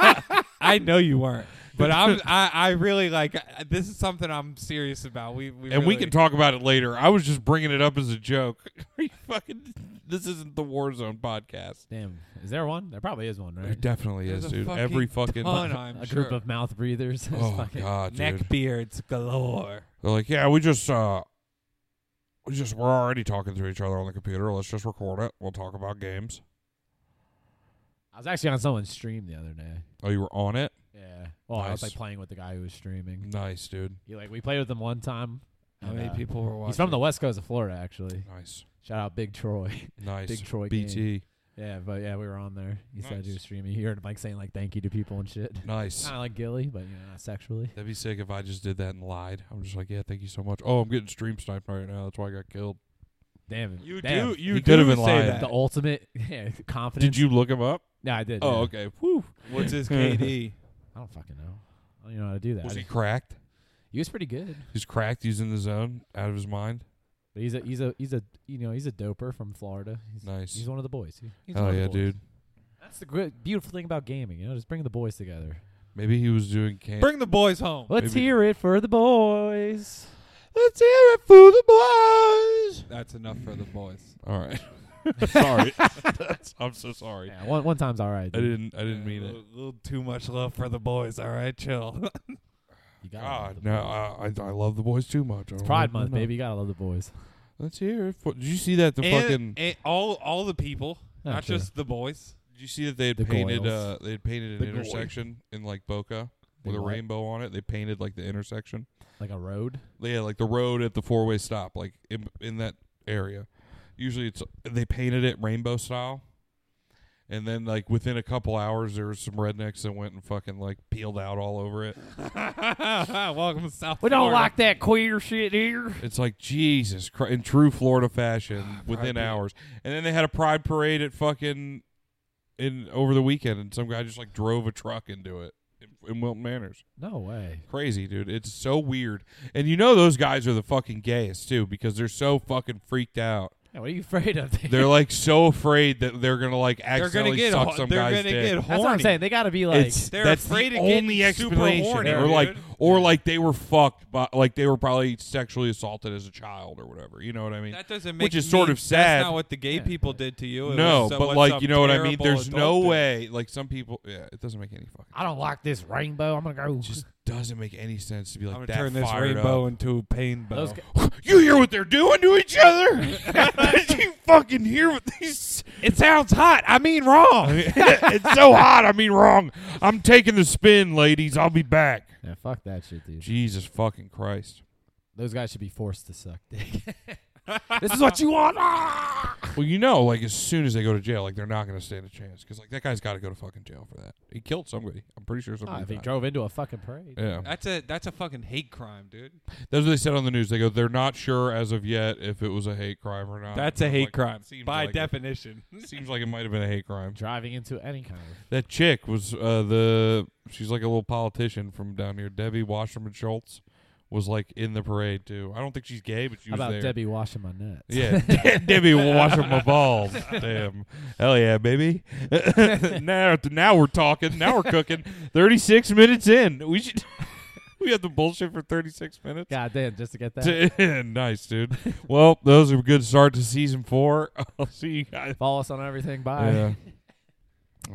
Speaker 4: I know you weren't, but I'm. I, I really like. I- This is something I'm serious about. We, we
Speaker 2: And we
Speaker 4: really-
Speaker 2: can talk about it later. I was just bringing it up as a joke. Are you fucking? This isn't the Warzone podcast.
Speaker 3: Damn, is there one? There probably is one,
Speaker 2: There
Speaker 3: right?
Speaker 2: definitely
Speaker 4: There's
Speaker 2: is,
Speaker 4: a
Speaker 2: dude.
Speaker 4: fucking
Speaker 2: Every fucking.
Speaker 4: ton, I'm
Speaker 3: a
Speaker 4: sure.
Speaker 3: group of mouth breathers. It's
Speaker 2: Oh
Speaker 3: fucking-
Speaker 2: god, dude.
Speaker 4: neckbeards galore.
Speaker 2: They're like, yeah, we just uh we just we're already talking to each other on the computer. Let's just record it. We'll talk about games.
Speaker 3: I was actually on someone's stream the other day.
Speaker 2: Oh, you were on it?
Speaker 3: Yeah. Well, I was
Speaker 2: Nice.
Speaker 3: like playing with the guy who was streaming.
Speaker 2: Nice, dude.
Speaker 3: He like we played with him one time.
Speaker 4: How
Speaker 3: and,
Speaker 4: many
Speaker 3: uh,
Speaker 4: people were watching?
Speaker 3: He's from the west coast of Florida, actually.
Speaker 2: Nice.
Speaker 3: Shout out Big Troy.
Speaker 2: Nice.
Speaker 3: Big Troy gang.
Speaker 2: BT.
Speaker 3: Yeah, but yeah, we were on there. He said he
Speaker 2: Nice.
Speaker 3: was streaming. He heard him like saying like thank you to people and shit.
Speaker 2: Nice.
Speaker 3: Kind of like Gilly, but you know, not sexually.
Speaker 2: That'd be sick if I just did that and lied. I'm just like, yeah, thank you so much. Oh, I'm getting stream sniped right now. That's why I got killed.
Speaker 3: Damn it.
Speaker 4: You
Speaker 3: Damn.
Speaker 4: do. You
Speaker 2: He
Speaker 4: do
Speaker 2: could've been
Speaker 4: say
Speaker 2: lying.
Speaker 4: that.
Speaker 3: The ultimate yeah, confidence.
Speaker 2: Did you look him up?
Speaker 3: No, I did. yeah.
Speaker 2: Oh, okay. Whew.
Speaker 4: What's his KD?
Speaker 3: I don't fucking know. I don't even know how to do that.
Speaker 2: Was
Speaker 3: I
Speaker 2: he
Speaker 3: just-
Speaker 2: cracked?
Speaker 3: he was pretty good.
Speaker 2: He's cracked. He's in the zone, out of his mind.
Speaker 3: But he's a he's a he's a you know he's a doper from Florida. He's,
Speaker 2: Nice.
Speaker 3: He's one of the boys. He- he's
Speaker 2: Hell
Speaker 3: one of the
Speaker 2: yeah,
Speaker 3: boys.
Speaker 2: dude.
Speaker 3: That's the good, beautiful thing about gaming. You know, just bring the boys together.
Speaker 2: Maybe he was doing camp.
Speaker 4: Bring the boys home.
Speaker 3: Let's
Speaker 2: Maybe-
Speaker 3: hear it for the boys.
Speaker 2: Let's hear it for the boys.
Speaker 4: That's enough for the boys.
Speaker 2: All right. sorry. That's- I'm so sorry.
Speaker 3: Yeah, one one time's all right.
Speaker 2: I
Speaker 3: dude.
Speaker 2: didn't. I didn't
Speaker 4: Yeah,
Speaker 2: mean
Speaker 4: a
Speaker 2: it.
Speaker 4: little, little too much love for the boys. All right, chill.
Speaker 3: You gotta love
Speaker 2: God,
Speaker 3: the
Speaker 2: no.
Speaker 3: boys.
Speaker 2: I, I I love the boys too much. I
Speaker 3: it's
Speaker 2: don't
Speaker 3: Pride
Speaker 2: love them
Speaker 3: Month,
Speaker 2: enough.
Speaker 3: baby. You gotta love the boys.
Speaker 2: Let's hear it. For, did you see that the
Speaker 4: and,
Speaker 2: fucking?
Speaker 4: and all all the people,
Speaker 3: Yeah,
Speaker 4: not
Speaker 3: sure.
Speaker 4: just the boys.
Speaker 2: Did you see that they had
Speaker 3: The
Speaker 2: painted?
Speaker 3: Goyles.
Speaker 2: Uh, they had painted an
Speaker 3: The Goy.
Speaker 2: intersection in like Boca
Speaker 3: They
Speaker 2: with a
Speaker 3: what?
Speaker 2: rainbow on it. They painted like the intersection.
Speaker 3: Like a road.
Speaker 2: Yeah, like the road at the four way stop, like in in that area. Usually, it's they painted it rainbow style, and then like within a couple hours, there was some rednecks that went and fucking like peeled out all over it.
Speaker 4: Welcome to South. Florida.
Speaker 1: that queer shit here.
Speaker 2: It's like Jesus Christ in true Florida fashion within
Speaker 4: Ah, parade.
Speaker 2: hours. And then they had a pride parade at fucking in over the weekend, and some guy just like drove a truck into it in, in Wilton Manors.
Speaker 3: No way.
Speaker 2: Crazy, dude. It's so weird. And you know those guys are the fucking gayest too because they're so fucking freaked out.
Speaker 3: Yeah, what are you afraid of?
Speaker 2: They're like so afraid that they're gonna like
Speaker 4: They're gonna
Speaker 2: accidentally
Speaker 4: get.
Speaker 2: suck
Speaker 4: ho-
Speaker 2: some
Speaker 4: they're
Speaker 2: guy's
Speaker 4: gonna
Speaker 2: dick.
Speaker 4: get horny.
Speaker 3: That's what I'm saying. They got to be like.
Speaker 2: It's-
Speaker 4: They're
Speaker 2: that's
Speaker 4: afraid
Speaker 2: the
Speaker 4: of getting
Speaker 2: only
Speaker 4: super
Speaker 2: explanation.
Speaker 4: horny,
Speaker 2: or like,
Speaker 4: dude.
Speaker 2: or like they were fucked, by, like they were probably sexually assaulted as a child or whatever. You know what I mean?
Speaker 4: That doesn't make
Speaker 2: Which is sort
Speaker 4: me-
Speaker 2: of sad.
Speaker 4: That's not what the gay people did to you. It
Speaker 2: no,
Speaker 4: was some-
Speaker 2: but
Speaker 4: what
Speaker 2: like
Speaker 4: some
Speaker 2: you know what I mean.
Speaker 4: terrible
Speaker 2: There's no
Speaker 4: adult did.
Speaker 2: way. Like some people, yeah, it doesn't make any fucking.
Speaker 1: I don't like this rainbow. I'm gonna go.
Speaker 2: Just doesn't make any sense to be like
Speaker 4: I'm gonna
Speaker 2: that
Speaker 4: turn this
Speaker 2: fired
Speaker 4: rainbow
Speaker 2: up.
Speaker 4: into a pain bow.
Speaker 3: Those
Speaker 2: You hear what they're doing to each other? Did you fucking hear what these?
Speaker 4: it sounds hot. I mean, wrong.
Speaker 2: it's so hot. I mean, wrong. I'm taking the spin, ladies. I'll be back.
Speaker 3: Yeah, fuck that shit, dude.
Speaker 2: Jesus fucking Christ.
Speaker 3: Those guys should be forced to suck dick.
Speaker 1: this is what you want. Ah!
Speaker 2: Well, you know, like as soon as they go to jail, like they're not going to stand a chance because like that guy's got to go to fucking jail for that. He killed somebody. I'm pretty sure
Speaker 3: Ah,
Speaker 2: somebody.
Speaker 3: if he
Speaker 2: died.
Speaker 3: drove into a fucking parade.
Speaker 2: yeah,
Speaker 4: That's a that's a fucking hate crime, dude.
Speaker 2: that's what they said on the news. They go, they're not sure as of yet if it was a hate crime or not.
Speaker 4: That's a hate
Speaker 2: Like,
Speaker 4: crime
Speaker 2: seems
Speaker 4: by
Speaker 2: like
Speaker 4: definition.
Speaker 2: It, seems like it might have been a hate crime.
Speaker 3: Driving into any kind of.
Speaker 2: That chick was uh, the she's like a little politician from down here. Debbie Wasserman Schultz was like in the parade too. I don't think she's gay, but she
Speaker 3: How
Speaker 2: was
Speaker 3: about
Speaker 2: there.
Speaker 3: Debbie washing my nuts?
Speaker 2: Yeah, Debbie washing my balls. Damn, hell yeah, baby. now, now we're talking. Now we're cooking. Thirty-six minutes in, we should. we had the bullshit for thirty-six minutes.
Speaker 3: God damn, just to get that.
Speaker 2: nice, dude. Well, those are a good start to season four. I'll see you guys.
Speaker 3: Follow us on everything. Bye.
Speaker 2: Yeah.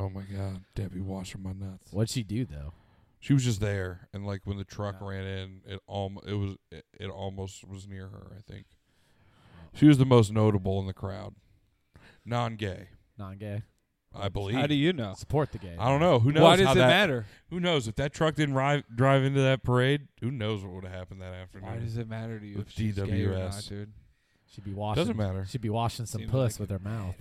Speaker 2: Oh my god, Debbie washing my nuts.
Speaker 3: What'd she do though?
Speaker 2: She was just there, and like when the truck
Speaker 3: Yeah.
Speaker 2: ran in, it alm it was it, it almost was near her. I think she was the most notable in the crowd, non-gay,
Speaker 3: Non-gay.
Speaker 2: I believe.
Speaker 4: How do you know?
Speaker 3: Support the gay.
Speaker 2: Uh, I don't know. Who knows?
Speaker 4: Why does
Speaker 2: how
Speaker 4: it
Speaker 2: that-
Speaker 4: matter?
Speaker 2: Who knows if that truck didn't drive drive into that parade? Who knows what would have happened that
Speaker 4: Why
Speaker 2: afternoon?
Speaker 4: does it matter to you
Speaker 2: With
Speaker 4: if she's gay or
Speaker 2: DWS.
Speaker 4: not, dude?
Speaker 3: She'd be washing.
Speaker 2: Doesn't matter.
Speaker 3: She'd be washing some
Speaker 4: Seems
Speaker 3: puss
Speaker 4: like
Speaker 3: with her mouth.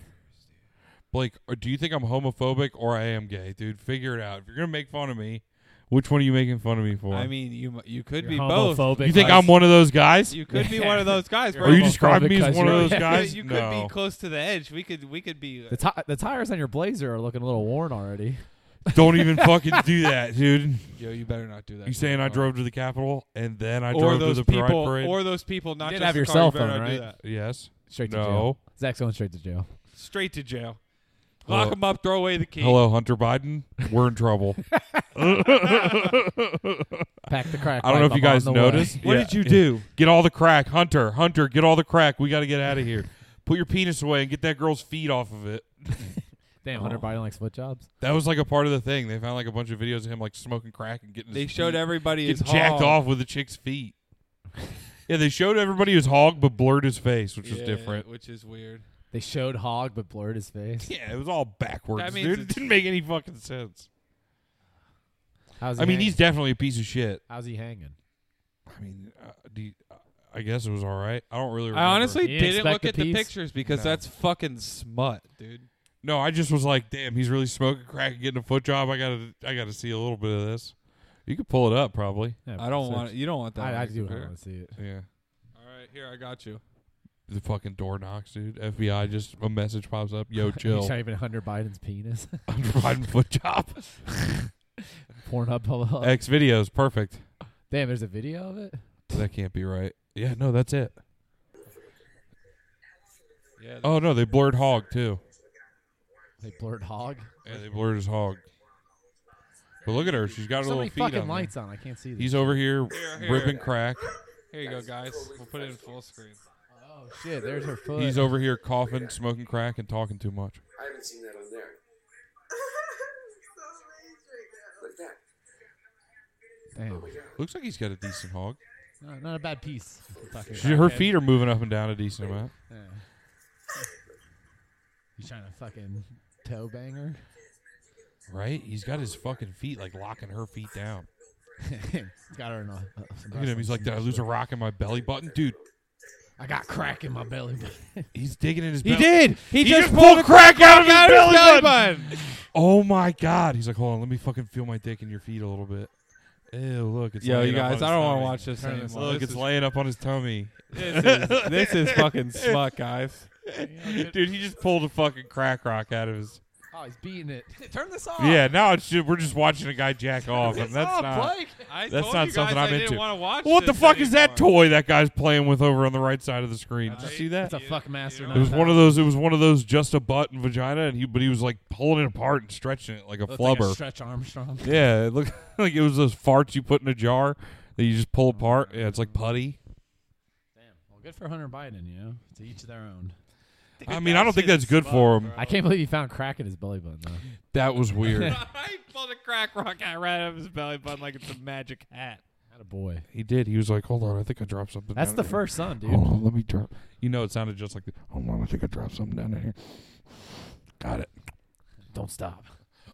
Speaker 2: Blake, or do you think I'm homophobic or I am gay, dude? Figure it out. If you're gonna make fun of me, which one are you making fun of me for?
Speaker 4: I mean, you mu- you could
Speaker 3: You're
Speaker 4: be both.
Speaker 3: homophobic.
Speaker 2: you think
Speaker 3: like-
Speaker 2: I'm one of those guys?
Speaker 4: You could be one of those guys,
Speaker 3: You're
Speaker 4: bro.
Speaker 2: are you
Speaker 3: homophobic
Speaker 2: describing me as
Speaker 3: because
Speaker 2: one of
Speaker 3: you're
Speaker 2: those
Speaker 3: gay.
Speaker 2: guys?
Speaker 4: you could
Speaker 2: no.
Speaker 4: be close to the edge. We could we could be. uh,
Speaker 3: The, ti- the tires on your blazer are looking a little worn already.
Speaker 2: Don't even fucking do that, dude.
Speaker 4: Yo, you better not do that.
Speaker 2: You
Speaker 4: to
Speaker 2: saying
Speaker 4: me,
Speaker 2: I
Speaker 4: bro.
Speaker 2: drove to the Capitol and then I
Speaker 4: or
Speaker 2: drove
Speaker 4: those
Speaker 2: to the Pride
Speaker 4: people,
Speaker 2: parade?
Speaker 4: or those people, not
Speaker 3: did
Speaker 4: just
Speaker 3: have
Speaker 4: the
Speaker 3: your
Speaker 4: car,
Speaker 3: cell
Speaker 4: you better
Speaker 3: phone,
Speaker 4: not do
Speaker 3: right?
Speaker 4: that.
Speaker 2: yes.
Speaker 3: Straight to jail.
Speaker 2: No.
Speaker 3: Zach's going straight to jail.
Speaker 4: Straight to jail.
Speaker 2: Hello.
Speaker 4: Lock them up. Throw away the key.
Speaker 2: Hello, Hunter Biden. We're in trouble.
Speaker 3: Pack the crack.
Speaker 2: I don't know
Speaker 3: pipe,
Speaker 2: if you
Speaker 3: I'm on
Speaker 2: guys
Speaker 3: the way.
Speaker 2: noticed.
Speaker 4: What
Speaker 2: Yeah.
Speaker 4: did you do?
Speaker 2: Get all the crack, Hunter. Hunter, get all the crack. We got to get out of here. Put your penis away and get that girl's feet off of it.
Speaker 3: Damn, Hunter
Speaker 4: Oh.
Speaker 3: Biden likes foot jobs.
Speaker 2: That was like a part of the thing. They found like a bunch of videos of him like smoking crack and getting.
Speaker 4: They
Speaker 2: his
Speaker 4: showed
Speaker 2: feet,
Speaker 4: everybody his
Speaker 2: getting jacked
Speaker 4: hog.
Speaker 2: off with the chick's feet. yeah, they showed everybody his hog, but blurred his face, which was
Speaker 4: Yeah,
Speaker 2: different.
Speaker 4: Which is weird.
Speaker 3: They showed Hog but blurred his face.
Speaker 2: Yeah, it was all backwards,
Speaker 4: That means
Speaker 2: dude. It
Speaker 4: it's-
Speaker 2: didn't make any fucking sense.
Speaker 3: How's he
Speaker 2: I mean,
Speaker 3: hanging?
Speaker 2: he's definitely a piece of shit.
Speaker 3: How's he hanging?
Speaker 2: I mean, uh, do you- I guess it was all right. I don't really. Remember.
Speaker 4: I honestly
Speaker 3: You
Speaker 4: didn't
Speaker 3: expect
Speaker 4: look
Speaker 3: a
Speaker 4: at the
Speaker 3: piece?
Speaker 4: pictures because
Speaker 2: No.
Speaker 4: that's fucking smut, dude.
Speaker 2: No, I just was like, damn, he's really smoking crack and getting a foot job. I gotta, I gotta see a little bit of this. You could pull it up, probably.
Speaker 3: Yeah,
Speaker 4: I don't
Speaker 3: search.
Speaker 4: want you don't want that.
Speaker 3: I,
Speaker 4: on
Speaker 3: I
Speaker 4: your
Speaker 3: do
Speaker 4: computer.
Speaker 3: want to see it.
Speaker 2: Yeah.
Speaker 4: All right, here I got you.
Speaker 2: The fucking door knocks, dude. FBI just a message pops up. Yo,
Speaker 3: He's
Speaker 2: chill.
Speaker 3: not even Hunter Biden's penis.
Speaker 2: I'm providing foot job.
Speaker 3: Pornhub. Hello.
Speaker 2: X videos, perfect.
Speaker 3: Damn, there's a video of it.
Speaker 2: That can't be right. Yeah, no, that's it.
Speaker 4: Yeah.
Speaker 2: Oh no, they blurred hog too.
Speaker 3: They blurred Hog.
Speaker 2: Yeah, they blurred his hog. But look at her. She's got her
Speaker 3: There's so
Speaker 2: little
Speaker 3: many
Speaker 2: feet on.
Speaker 3: fucking
Speaker 2: there.
Speaker 3: lights on. I can't see these.
Speaker 2: He's over here
Speaker 4: here.
Speaker 2: ripping crack.
Speaker 4: Here you go, guys. We'll put it in full screen.
Speaker 3: Oh shit! There's her foot.
Speaker 2: He's over here coughing, smoking crack, and talking too much.
Speaker 5: I haven't seen that on there. Look at that.
Speaker 3: Damn.
Speaker 2: Looks like he's got a decent hog.
Speaker 3: No, not a bad piece. Fucking
Speaker 2: She, her feet are moving up and down a decent amount.
Speaker 3: Yeah. You trying to fucking toe bang her?
Speaker 2: Right? He's got his fucking feet like locking her feet down.
Speaker 3: He's got her in a.
Speaker 2: Look at him. He's like, did I lose a rock in my belly button? Dude,
Speaker 3: I got crack in my belly.
Speaker 2: he's digging in his
Speaker 4: He
Speaker 2: belly.
Speaker 4: did. He,
Speaker 2: He just
Speaker 4: just
Speaker 2: pulled crack out of his
Speaker 4: out
Speaker 2: belly button.
Speaker 4: button.
Speaker 2: Oh my God. He's like, hold on, let me fucking feel my dick in your feet a little bit. Ew, look. It's
Speaker 4: Yo,
Speaker 2: laying
Speaker 4: you
Speaker 2: up
Speaker 4: guys,
Speaker 2: on his
Speaker 4: I don't want to
Speaker 2: tummy.
Speaker 4: watch this
Speaker 3: Turn
Speaker 4: anymore.
Speaker 3: this
Speaker 2: Look,
Speaker 4: this,
Speaker 2: it's
Speaker 4: is,
Speaker 2: laying up on his tummy.
Speaker 4: this is this is fucking smut, guys.
Speaker 2: Dude, he just pulled a fucking crack rock out of his.
Speaker 6: Oh, he's beating it. Turn this off.
Speaker 2: Yeah, now it's ju- we're just watching a guy jack off, and
Speaker 6: It's
Speaker 2: that's
Speaker 6: off,
Speaker 2: Ah. not.
Speaker 6: Blake.
Speaker 4: I
Speaker 2: That's
Speaker 4: told
Speaker 2: not
Speaker 4: you guys
Speaker 2: something
Speaker 4: I
Speaker 2: I'm
Speaker 4: didn't
Speaker 2: into.
Speaker 4: want to watch.
Speaker 2: What the
Speaker 4: this
Speaker 2: fuck is that
Speaker 4: anymore.
Speaker 2: toy that guy's playing with over on the right side of the screen? Did you see that?
Speaker 6: That's a fuck master.
Speaker 2: It was one of those. It was one of those just a butt and vagina, and he but he was like pulling it apart and stretching it like a
Speaker 6: Looks like a
Speaker 2: flubber.
Speaker 6: Stretch Armstrong.
Speaker 2: yeah, it looked like it was those farts you put in a jar that you just pull apart. Yeah, it's like putty.
Speaker 6: Damn.
Speaker 3: Well, good for Hunter Biden, you know, to each their own.
Speaker 2: I mean, I don't think that's good for him.
Speaker 6: I can't believe he found crack in his belly button though.
Speaker 2: That was weird.
Speaker 4: I pulled a crack rock out right out of his belly button like it's a magic hat.
Speaker 6: Had a boy.
Speaker 2: he did. He was like, "Hold on, I think I dropped something."
Speaker 6: That's
Speaker 2: down
Speaker 6: the
Speaker 2: here."
Speaker 6: first son, dude.
Speaker 3: Oh.
Speaker 2: Hold on, let me drop. You know, it sounded just like. The, Hold on, I think I dropped something down in here. Got it.
Speaker 6: Don't stop.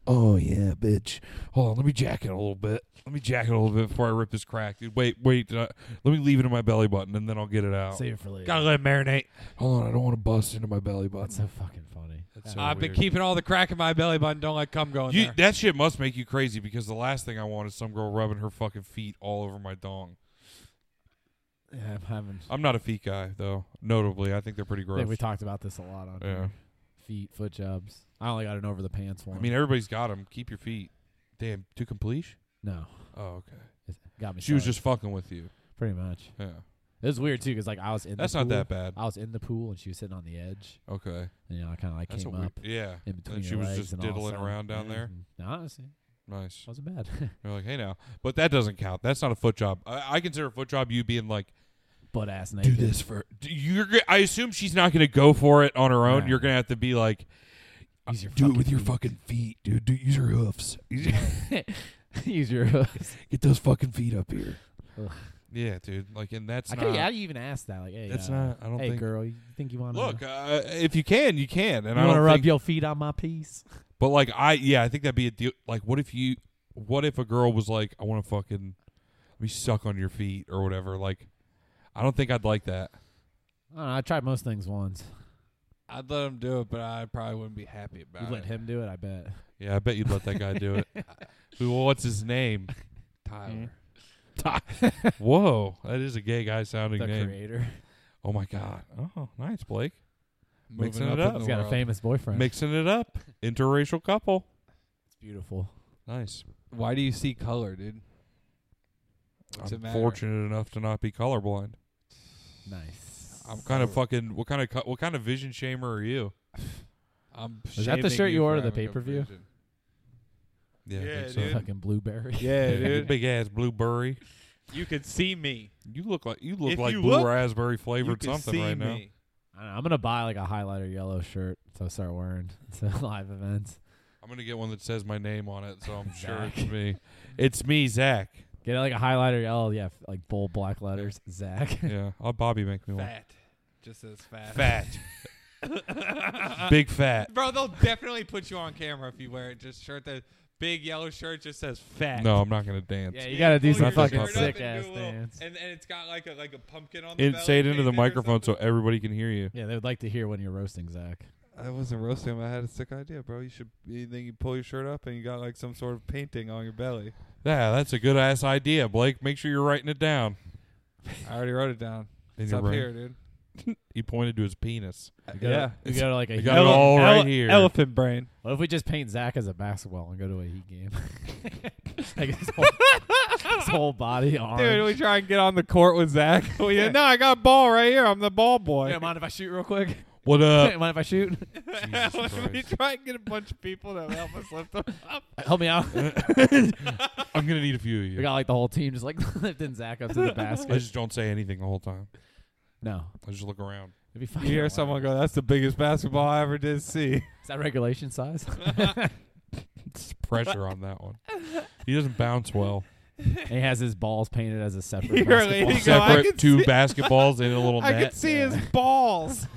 Speaker 2: Oh yeah, bitch. Hold on, let me jack it a little bit. Let me jack it a little bit before I rip this crack. Dude, wait, wait. did I- let me leave it in my belly button, and then I'll get it out.
Speaker 6: Save it for later.
Speaker 2: let it marinate. Hold on, I don't want to bust into my belly button.
Speaker 6: That's so fucking funny.
Speaker 2: That's so
Speaker 4: I've been
Speaker 2: weird.
Speaker 4: keeping all the crack in my belly button. Don't let cum go in
Speaker 2: You-
Speaker 4: there.
Speaker 2: that shit must make you crazy because the last thing I want is some girl rubbing her fucking feet all over my dong.
Speaker 6: Yeah, I'm having.
Speaker 2: I'm not a feet guy though. Notably, I think they're pretty
Speaker 3: I
Speaker 2: gross.
Speaker 3: think we talked about this a lot on
Speaker 2: yeah,
Speaker 3: here. feet, foot jobs. I only got an over the pants one.
Speaker 2: I mean everybody's got them. Keep your feet. Damn, to complete.
Speaker 3: no,
Speaker 2: Oh, okay.
Speaker 3: it got me.
Speaker 2: She was
Speaker 3: started,
Speaker 2: just fucking with you.
Speaker 3: pretty much.
Speaker 2: Yeah,
Speaker 3: It was weird too, because like I was in.
Speaker 2: that's
Speaker 3: the
Speaker 2: not
Speaker 3: pool.
Speaker 2: that bad.
Speaker 3: I was in the pool and she was sitting on the edge,
Speaker 2: Okay,
Speaker 3: and you know I kind of like
Speaker 2: that's
Speaker 3: came
Speaker 2: a weird.
Speaker 3: up
Speaker 2: Yeah,
Speaker 3: in between.
Speaker 2: and she
Speaker 3: her
Speaker 2: was
Speaker 3: legs
Speaker 2: just
Speaker 3: and all Mm-hmm. of a
Speaker 2: diddling
Speaker 3: sudden-
Speaker 2: around down
Speaker 3: yeah,
Speaker 2: there.
Speaker 3: and honestly,
Speaker 2: Nice.
Speaker 3: wasn't bad.
Speaker 2: You're like, hey now, but that doesn't count. That's not a foot job. I, I consider a foot job you being like,
Speaker 3: Butt ass
Speaker 2: do
Speaker 3: naked.
Speaker 2: this for. do- You're. go- I assume she's not gonna go for it on her own.
Speaker 3: Nah.
Speaker 2: You're gonna have to be like,
Speaker 3: Use your
Speaker 2: do it with
Speaker 3: fucking
Speaker 2: your
Speaker 3: feet."
Speaker 2: fucking feet, dude. Do, use your hoofs. Get
Speaker 3: Use your. hooves.
Speaker 2: those fucking feet up here.
Speaker 3: Ugh.
Speaker 2: yeah, dude. Like, and that's
Speaker 3: I
Speaker 2: not.
Speaker 3: could. Yeah, you even asked that. Like, hey,
Speaker 2: that's
Speaker 3: uh,
Speaker 2: not. I don't
Speaker 3: Hey,
Speaker 2: think.
Speaker 3: girl, you think you want to
Speaker 2: Look, uh, if you can, you can, and
Speaker 3: you
Speaker 2: I
Speaker 3: want
Speaker 2: don't
Speaker 3: to rub
Speaker 2: think-
Speaker 3: your feet on my piece?
Speaker 2: But like I yeah, I think that'd be a deal like what if you what if a girl was like, I wanna fucking let me suck on your feet or whatever, like I don't think I'd like that.
Speaker 3: I don't know. I tried most things once.
Speaker 4: I'd let him do it, but I probably wouldn't be happy about
Speaker 3: You
Speaker 4: it.
Speaker 3: let him do it, I bet.
Speaker 2: Yeah, I bet you'd let that guy do it. Who what's his name?
Speaker 4: Tyler.
Speaker 3: Mm-hmm.
Speaker 2: Whoa, that is a gay guy sounding
Speaker 3: The
Speaker 2: name.
Speaker 3: creator.
Speaker 2: Oh my god. Oh, nice, Blake. Mixing
Speaker 4: Moving
Speaker 2: it up.
Speaker 4: up. in
Speaker 3: He's
Speaker 4: the
Speaker 3: got a
Speaker 4: world.
Speaker 3: famous boyfriend.
Speaker 2: Mixing it up. Interracial couple.
Speaker 3: it's beautiful.
Speaker 2: Nice.
Speaker 4: Why do you see color, dude? What's
Speaker 2: I'm
Speaker 4: it matter?
Speaker 2: fortunate enough to not be colorblind.
Speaker 3: Nice.
Speaker 2: I'm kind of fucking what kind of co- what kind of vision shamer are you?
Speaker 4: I'm
Speaker 3: Is that the
Speaker 4: shaming
Speaker 3: shirt you wore
Speaker 4: for
Speaker 3: to the
Speaker 4: having
Speaker 3: pay-per-view?
Speaker 4: confusion.
Speaker 2: Yeah, I
Speaker 4: Yeah,
Speaker 2: think so.
Speaker 4: dude.
Speaker 3: fucking blueberry.
Speaker 4: Yeah, dude.
Speaker 2: Big ass blueberry.
Speaker 4: you could see me.
Speaker 2: You look like you look
Speaker 4: If
Speaker 2: like
Speaker 4: you
Speaker 2: blue
Speaker 4: look,
Speaker 2: raspberry
Speaker 4: you
Speaker 2: flavored
Speaker 4: could
Speaker 2: something
Speaker 4: see
Speaker 2: right now.
Speaker 4: me.
Speaker 3: I don't know, I'm gonna buy like a highlighter yellow shirt to start wearing to live events.
Speaker 2: I'm gonna get one that says my name on it, so I'm sure it's
Speaker 3: Zach.
Speaker 2: me. It's me, Zach.
Speaker 3: Get like a highlighter yellow, yeah, f- like bold black letters. Zach.
Speaker 2: Yeah, I'll Bobby make me one.
Speaker 4: Fat. Just as fat.
Speaker 2: Fat, big fat.
Speaker 4: Bro, they'll definitely put you on camera if you wear it. Just shirt that big yellow shirt just says fat.
Speaker 2: No, I'm not gonna dance.
Speaker 3: Yeah, you gotta do
Speaker 4: pull
Speaker 3: some
Speaker 4: your
Speaker 2: fucking
Speaker 4: shirt up
Speaker 3: sick
Speaker 4: and do a
Speaker 3: ass
Speaker 4: little-
Speaker 3: dance.
Speaker 4: And, and it's got like a like a pumpkin on the
Speaker 2: And
Speaker 4: belly
Speaker 2: say it into the
Speaker 4: painted or
Speaker 2: microphone so
Speaker 4: something.
Speaker 2: everybody can hear you.
Speaker 3: Yeah, they would like to hear when you're roasting Zach.
Speaker 4: I wasn't roasting him. I had a sick idea, bro. You should you- then you pull your shirt up and you got like some sort of painting on your belly.
Speaker 2: Yeah, that's a good ass idea, Blake. Make sure you're writing it down.
Speaker 4: I already wrote it down.
Speaker 2: In
Speaker 4: it's
Speaker 2: your
Speaker 4: up
Speaker 2: brain.
Speaker 4: here, dude.
Speaker 2: He pointed to his penis.
Speaker 4: yeah.
Speaker 3: You go to like a
Speaker 2: You
Speaker 3: heat
Speaker 2: got it all right here.
Speaker 4: Elephant brain.
Speaker 3: What if we just paint Zach as a basketball and go to a heat game? like his whole, his whole body
Speaker 4: Dude,
Speaker 3: orange.
Speaker 4: we try and get on the court with Zach. We didn't- no, I got ball right here. I'm the ball boy.
Speaker 3: Yeah, mind if I shoot real quick?
Speaker 2: What up?
Speaker 3: mind if I shoot?
Speaker 2: Jesus
Speaker 4: we
Speaker 2: Christ.
Speaker 4: try and get a bunch of people to help us lift them up.
Speaker 3: Help me out.
Speaker 2: I'm gonna need a few of
Speaker 3: We
Speaker 2: you.
Speaker 3: got like the whole team just like lifting Zach up to the
Speaker 2: I
Speaker 3: basket.
Speaker 2: just don't say anything the whole time.
Speaker 3: No,
Speaker 2: I just look around.
Speaker 3: it'd be fine.
Speaker 4: You hear someone go, "That's the biggest basketball I ever did see."
Speaker 3: Is that regulation size?
Speaker 2: It's pressure on that one. He doesn't bounce well.
Speaker 3: and he has his balls painted as a
Speaker 4: You
Speaker 3: separate.
Speaker 4: hear a
Speaker 3: basketball.
Speaker 4: lady go, "I
Speaker 2: Separate
Speaker 4: can
Speaker 2: two
Speaker 4: see-
Speaker 2: basketballs in a little
Speaker 4: I
Speaker 2: net.
Speaker 4: could see his balls.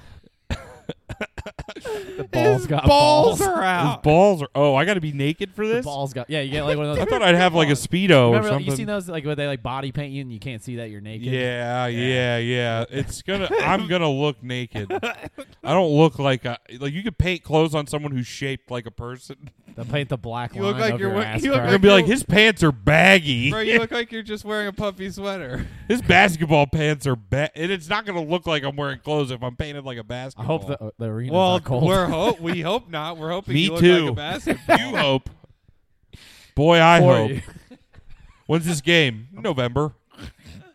Speaker 3: The balls
Speaker 4: his
Speaker 3: got
Speaker 4: balls,
Speaker 3: balls.
Speaker 4: are
Speaker 2: His
Speaker 4: out.
Speaker 2: balls are. Oh, I got to be naked for
Speaker 3: The
Speaker 2: this.
Speaker 3: balls got. Yeah, you get like one of
Speaker 2: I
Speaker 3: those.
Speaker 2: thought I'd have like a speedo
Speaker 3: Remember,
Speaker 2: or
Speaker 3: like,
Speaker 2: something.
Speaker 3: you seen those like where they like body paint you and you can't see that you're naked.
Speaker 2: yeah, yeah, yeah. It's gonna. I'm gonna look naked. I don't look like a like. You could paint clothes on someone who's shaped like a person.
Speaker 3: They'll paint the black
Speaker 4: You
Speaker 3: line
Speaker 4: look like
Speaker 3: of
Speaker 4: you're
Speaker 3: your
Speaker 4: wa-
Speaker 3: ass
Speaker 4: you look
Speaker 2: They're
Speaker 3: crack.
Speaker 2: gonna be like, his pants are baggy.
Speaker 4: Bro, you look like you're just wearing a puffy sweater.
Speaker 2: His basketball pants are ba- and it's not gonna look like I'm wearing clothes if I'm painted like a
Speaker 3: I
Speaker 2: basketball.
Speaker 3: hope the, uh, the arena's
Speaker 4: well,
Speaker 3: not cold.
Speaker 4: we're hope we hope not. We're hoping
Speaker 2: Me
Speaker 4: you look
Speaker 2: too.
Speaker 4: like a basketball.
Speaker 2: you hope. Boy, I
Speaker 3: For
Speaker 2: hope.
Speaker 3: you.
Speaker 2: When's this game? November.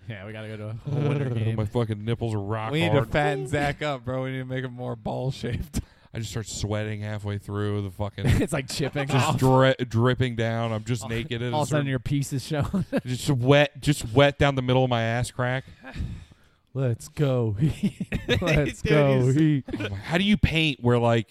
Speaker 3: Yeah, we gotta go to a winter
Speaker 2: My
Speaker 3: game.
Speaker 2: fucking nipples are rock
Speaker 4: we need to
Speaker 2: hard.
Speaker 4: fatten Zach up, bro. We need to make him more ball shaped.
Speaker 2: I just start sweating halfway through the fucking
Speaker 3: it's like chipping
Speaker 2: just
Speaker 3: off.
Speaker 2: dri- dripping down. I'm just naked and
Speaker 3: All of a sudden, your piece is shown.
Speaker 2: just wet, just wet down the middle of my ass crack.
Speaker 3: Let's go. Let's
Speaker 4: Dude,
Speaker 3: go.
Speaker 4: he's-
Speaker 3: Heat.
Speaker 2: I'm like, How do you paint where like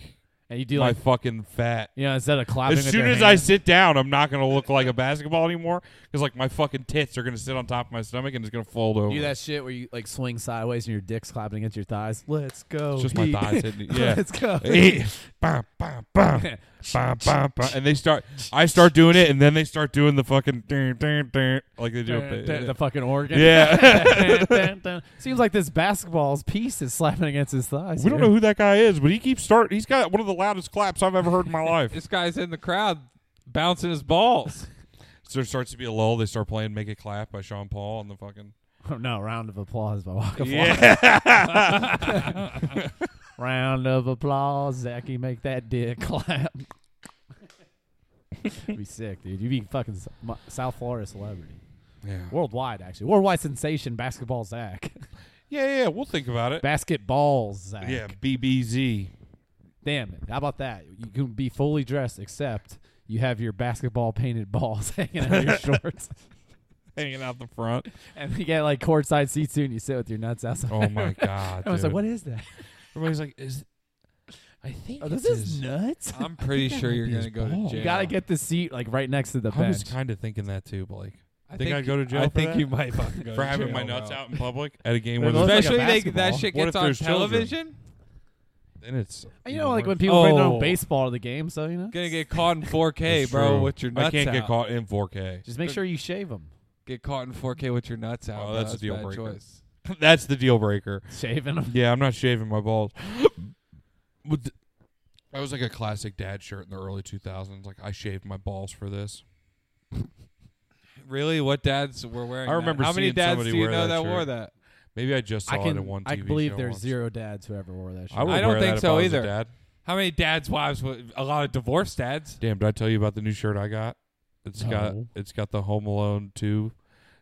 Speaker 3: And you do
Speaker 2: my
Speaker 3: like,
Speaker 2: fucking fat?
Speaker 3: you know, instead of clapping.
Speaker 2: As soon as I sit down, I'm not gonna look like a basketball anymore because like my fucking tits are gonna sit on top of my stomach and it's gonna fold over.
Speaker 3: I do that shit where you like swing sideways and your dick's clapping against your thighs. Let's go.
Speaker 2: It's just my
Speaker 3: Heat.
Speaker 2: thighs hitting. Yeah.
Speaker 3: Let's go.
Speaker 2: Eh, bam, bam, bam, bam, bam, bam. and they start. I start doing it, and then they start doing the fucking dun, dun, dun, like they do.
Speaker 3: Dun,
Speaker 2: a-
Speaker 3: dun, the fucking organ.
Speaker 2: yeah,
Speaker 3: Dun, dun, dun. Seems like this basketball's piece is slapping against his thighs.
Speaker 2: we don't
Speaker 3: here.
Speaker 2: know who that guy is, but he keeps start. He's got one of the loudest claps I've ever heard in my life.
Speaker 4: This guy's in the crowd bouncing his balls.
Speaker 2: so there starts to be a lull. They start playing "Make It Clap" by Sean Paul on the fucking.
Speaker 3: Oh, no, round of applause by Waka Flocka.
Speaker 2: Yeah.
Speaker 3: Round of applause, Zachy. Make that dick clap. You'd be sick, dude. You'd be fucking s- mu- South Florida celebrity,
Speaker 2: yeah.
Speaker 3: worldwide actually, worldwide sensation. Basketball Zach,
Speaker 2: Yeah, yeah, we'll think about it.
Speaker 3: basketballs Zach.
Speaker 2: Yeah, BBZ.
Speaker 3: Damn it! How about that? You can be fully dressed, except you have your basketball painted balls hanging out of your shorts,
Speaker 2: Hanging out the front.
Speaker 3: and you get like courtside seats too, and you sit with your nuts outside.
Speaker 2: Oh my god.
Speaker 3: I was
Speaker 2: dude.
Speaker 3: like, "What is that?
Speaker 2: Everybody's like, is I think
Speaker 3: Are
Speaker 2: this
Speaker 3: those
Speaker 2: is
Speaker 3: his Oh, nuts?"
Speaker 4: Oh, I'm pretty sure you're gonna go to jail.
Speaker 3: You gotta get the seat like right next to the
Speaker 2: I was
Speaker 3: bench.
Speaker 2: kind of thinking that too, Blake.
Speaker 4: I
Speaker 2: Think I'd go to jail
Speaker 4: I
Speaker 2: for
Speaker 4: think
Speaker 2: that?
Speaker 4: you might fucking go
Speaker 2: For
Speaker 4: to
Speaker 2: having
Speaker 4: jail,
Speaker 2: my nuts
Speaker 4: bro.
Speaker 2: out in public at a game
Speaker 3: They're
Speaker 2: where
Speaker 3: those-
Speaker 2: there's
Speaker 3: like a
Speaker 4: Especially they, that
Speaker 3: basketball.
Speaker 4: shit
Speaker 2: What if
Speaker 4: gets on
Speaker 2: there's children?
Speaker 4: television.
Speaker 2: then it's
Speaker 3: You
Speaker 2: even
Speaker 3: know, like
Speaker 2: worse.
Speaker 3: when people bring their
Speaker 4: Oh.
Speaker 3: own baseball to the game, so you know,
Speaker 4: Gonna get caught in 4K,
Speaker 2: That's
Speaker 4: bro,
Speaker 2: true.
Speaker 4: with your nuts
Speaker 2: I can't
Speaker 4: out.
Speaker 2: get caught in 4K.
Speaker 3: just make sure you shave them.
Speaker 4: Get caught in 4K with your nuts out.
Speaker 2: Oh,
Speaker 4: bro.
Speaker 2: that's a deal
Speaker 4: bad
Speaker 2: breaker.
Speaker 4: choice.
Speaker 2: That's the deal breaker.
Speaker 3: Shaving them.
Speaker 2: Yeah, I'm not shaving my balls. But th- that was like a classic dad shirt in the early 2000s. Like I shaved my balls for this.
Speaker 4: Really, what dads were wearing?
Speaker 2: I
Speaker 4: that?
Speaker 2: remember
Speaker 4: How many
Speaker 2: seeing
Speaker 4: dads
Speaker 2: somebody
Speaker 4: do you
Speaker 2: wear
Speaker 4: know
Speaker 2: that
Speaker 4: that, wore
Speaker 2: shirt.
Speaker 4: that?
Speaker 2: Maybe I just saw
Speaker 3: I
Speaker 2: it
Speaker 3: can.
Speaker 2: in one TV
Speaker 3: I believe
Speaker 2: show
Speaker 3: there's
Speaker 2: once.
Speaker 3: zero dads who ever wore that shirt.
Speaker 2: I, would
Speaker 4: I don't
Speaker 2: wear
Speaker 4: think
Speaker 2: that if
Speaker 4: so
Speaker 2: I was a
Speaker 4: either.
Speaker 2: Dad.
Speaker 4: How many dads' wives? would- A lot of divorced dads.
Speaker 2: Damn, did I tell you about the new shirt I got? It's got
Speaker 3: No.
Speaker 2: it's got the Home Alone two.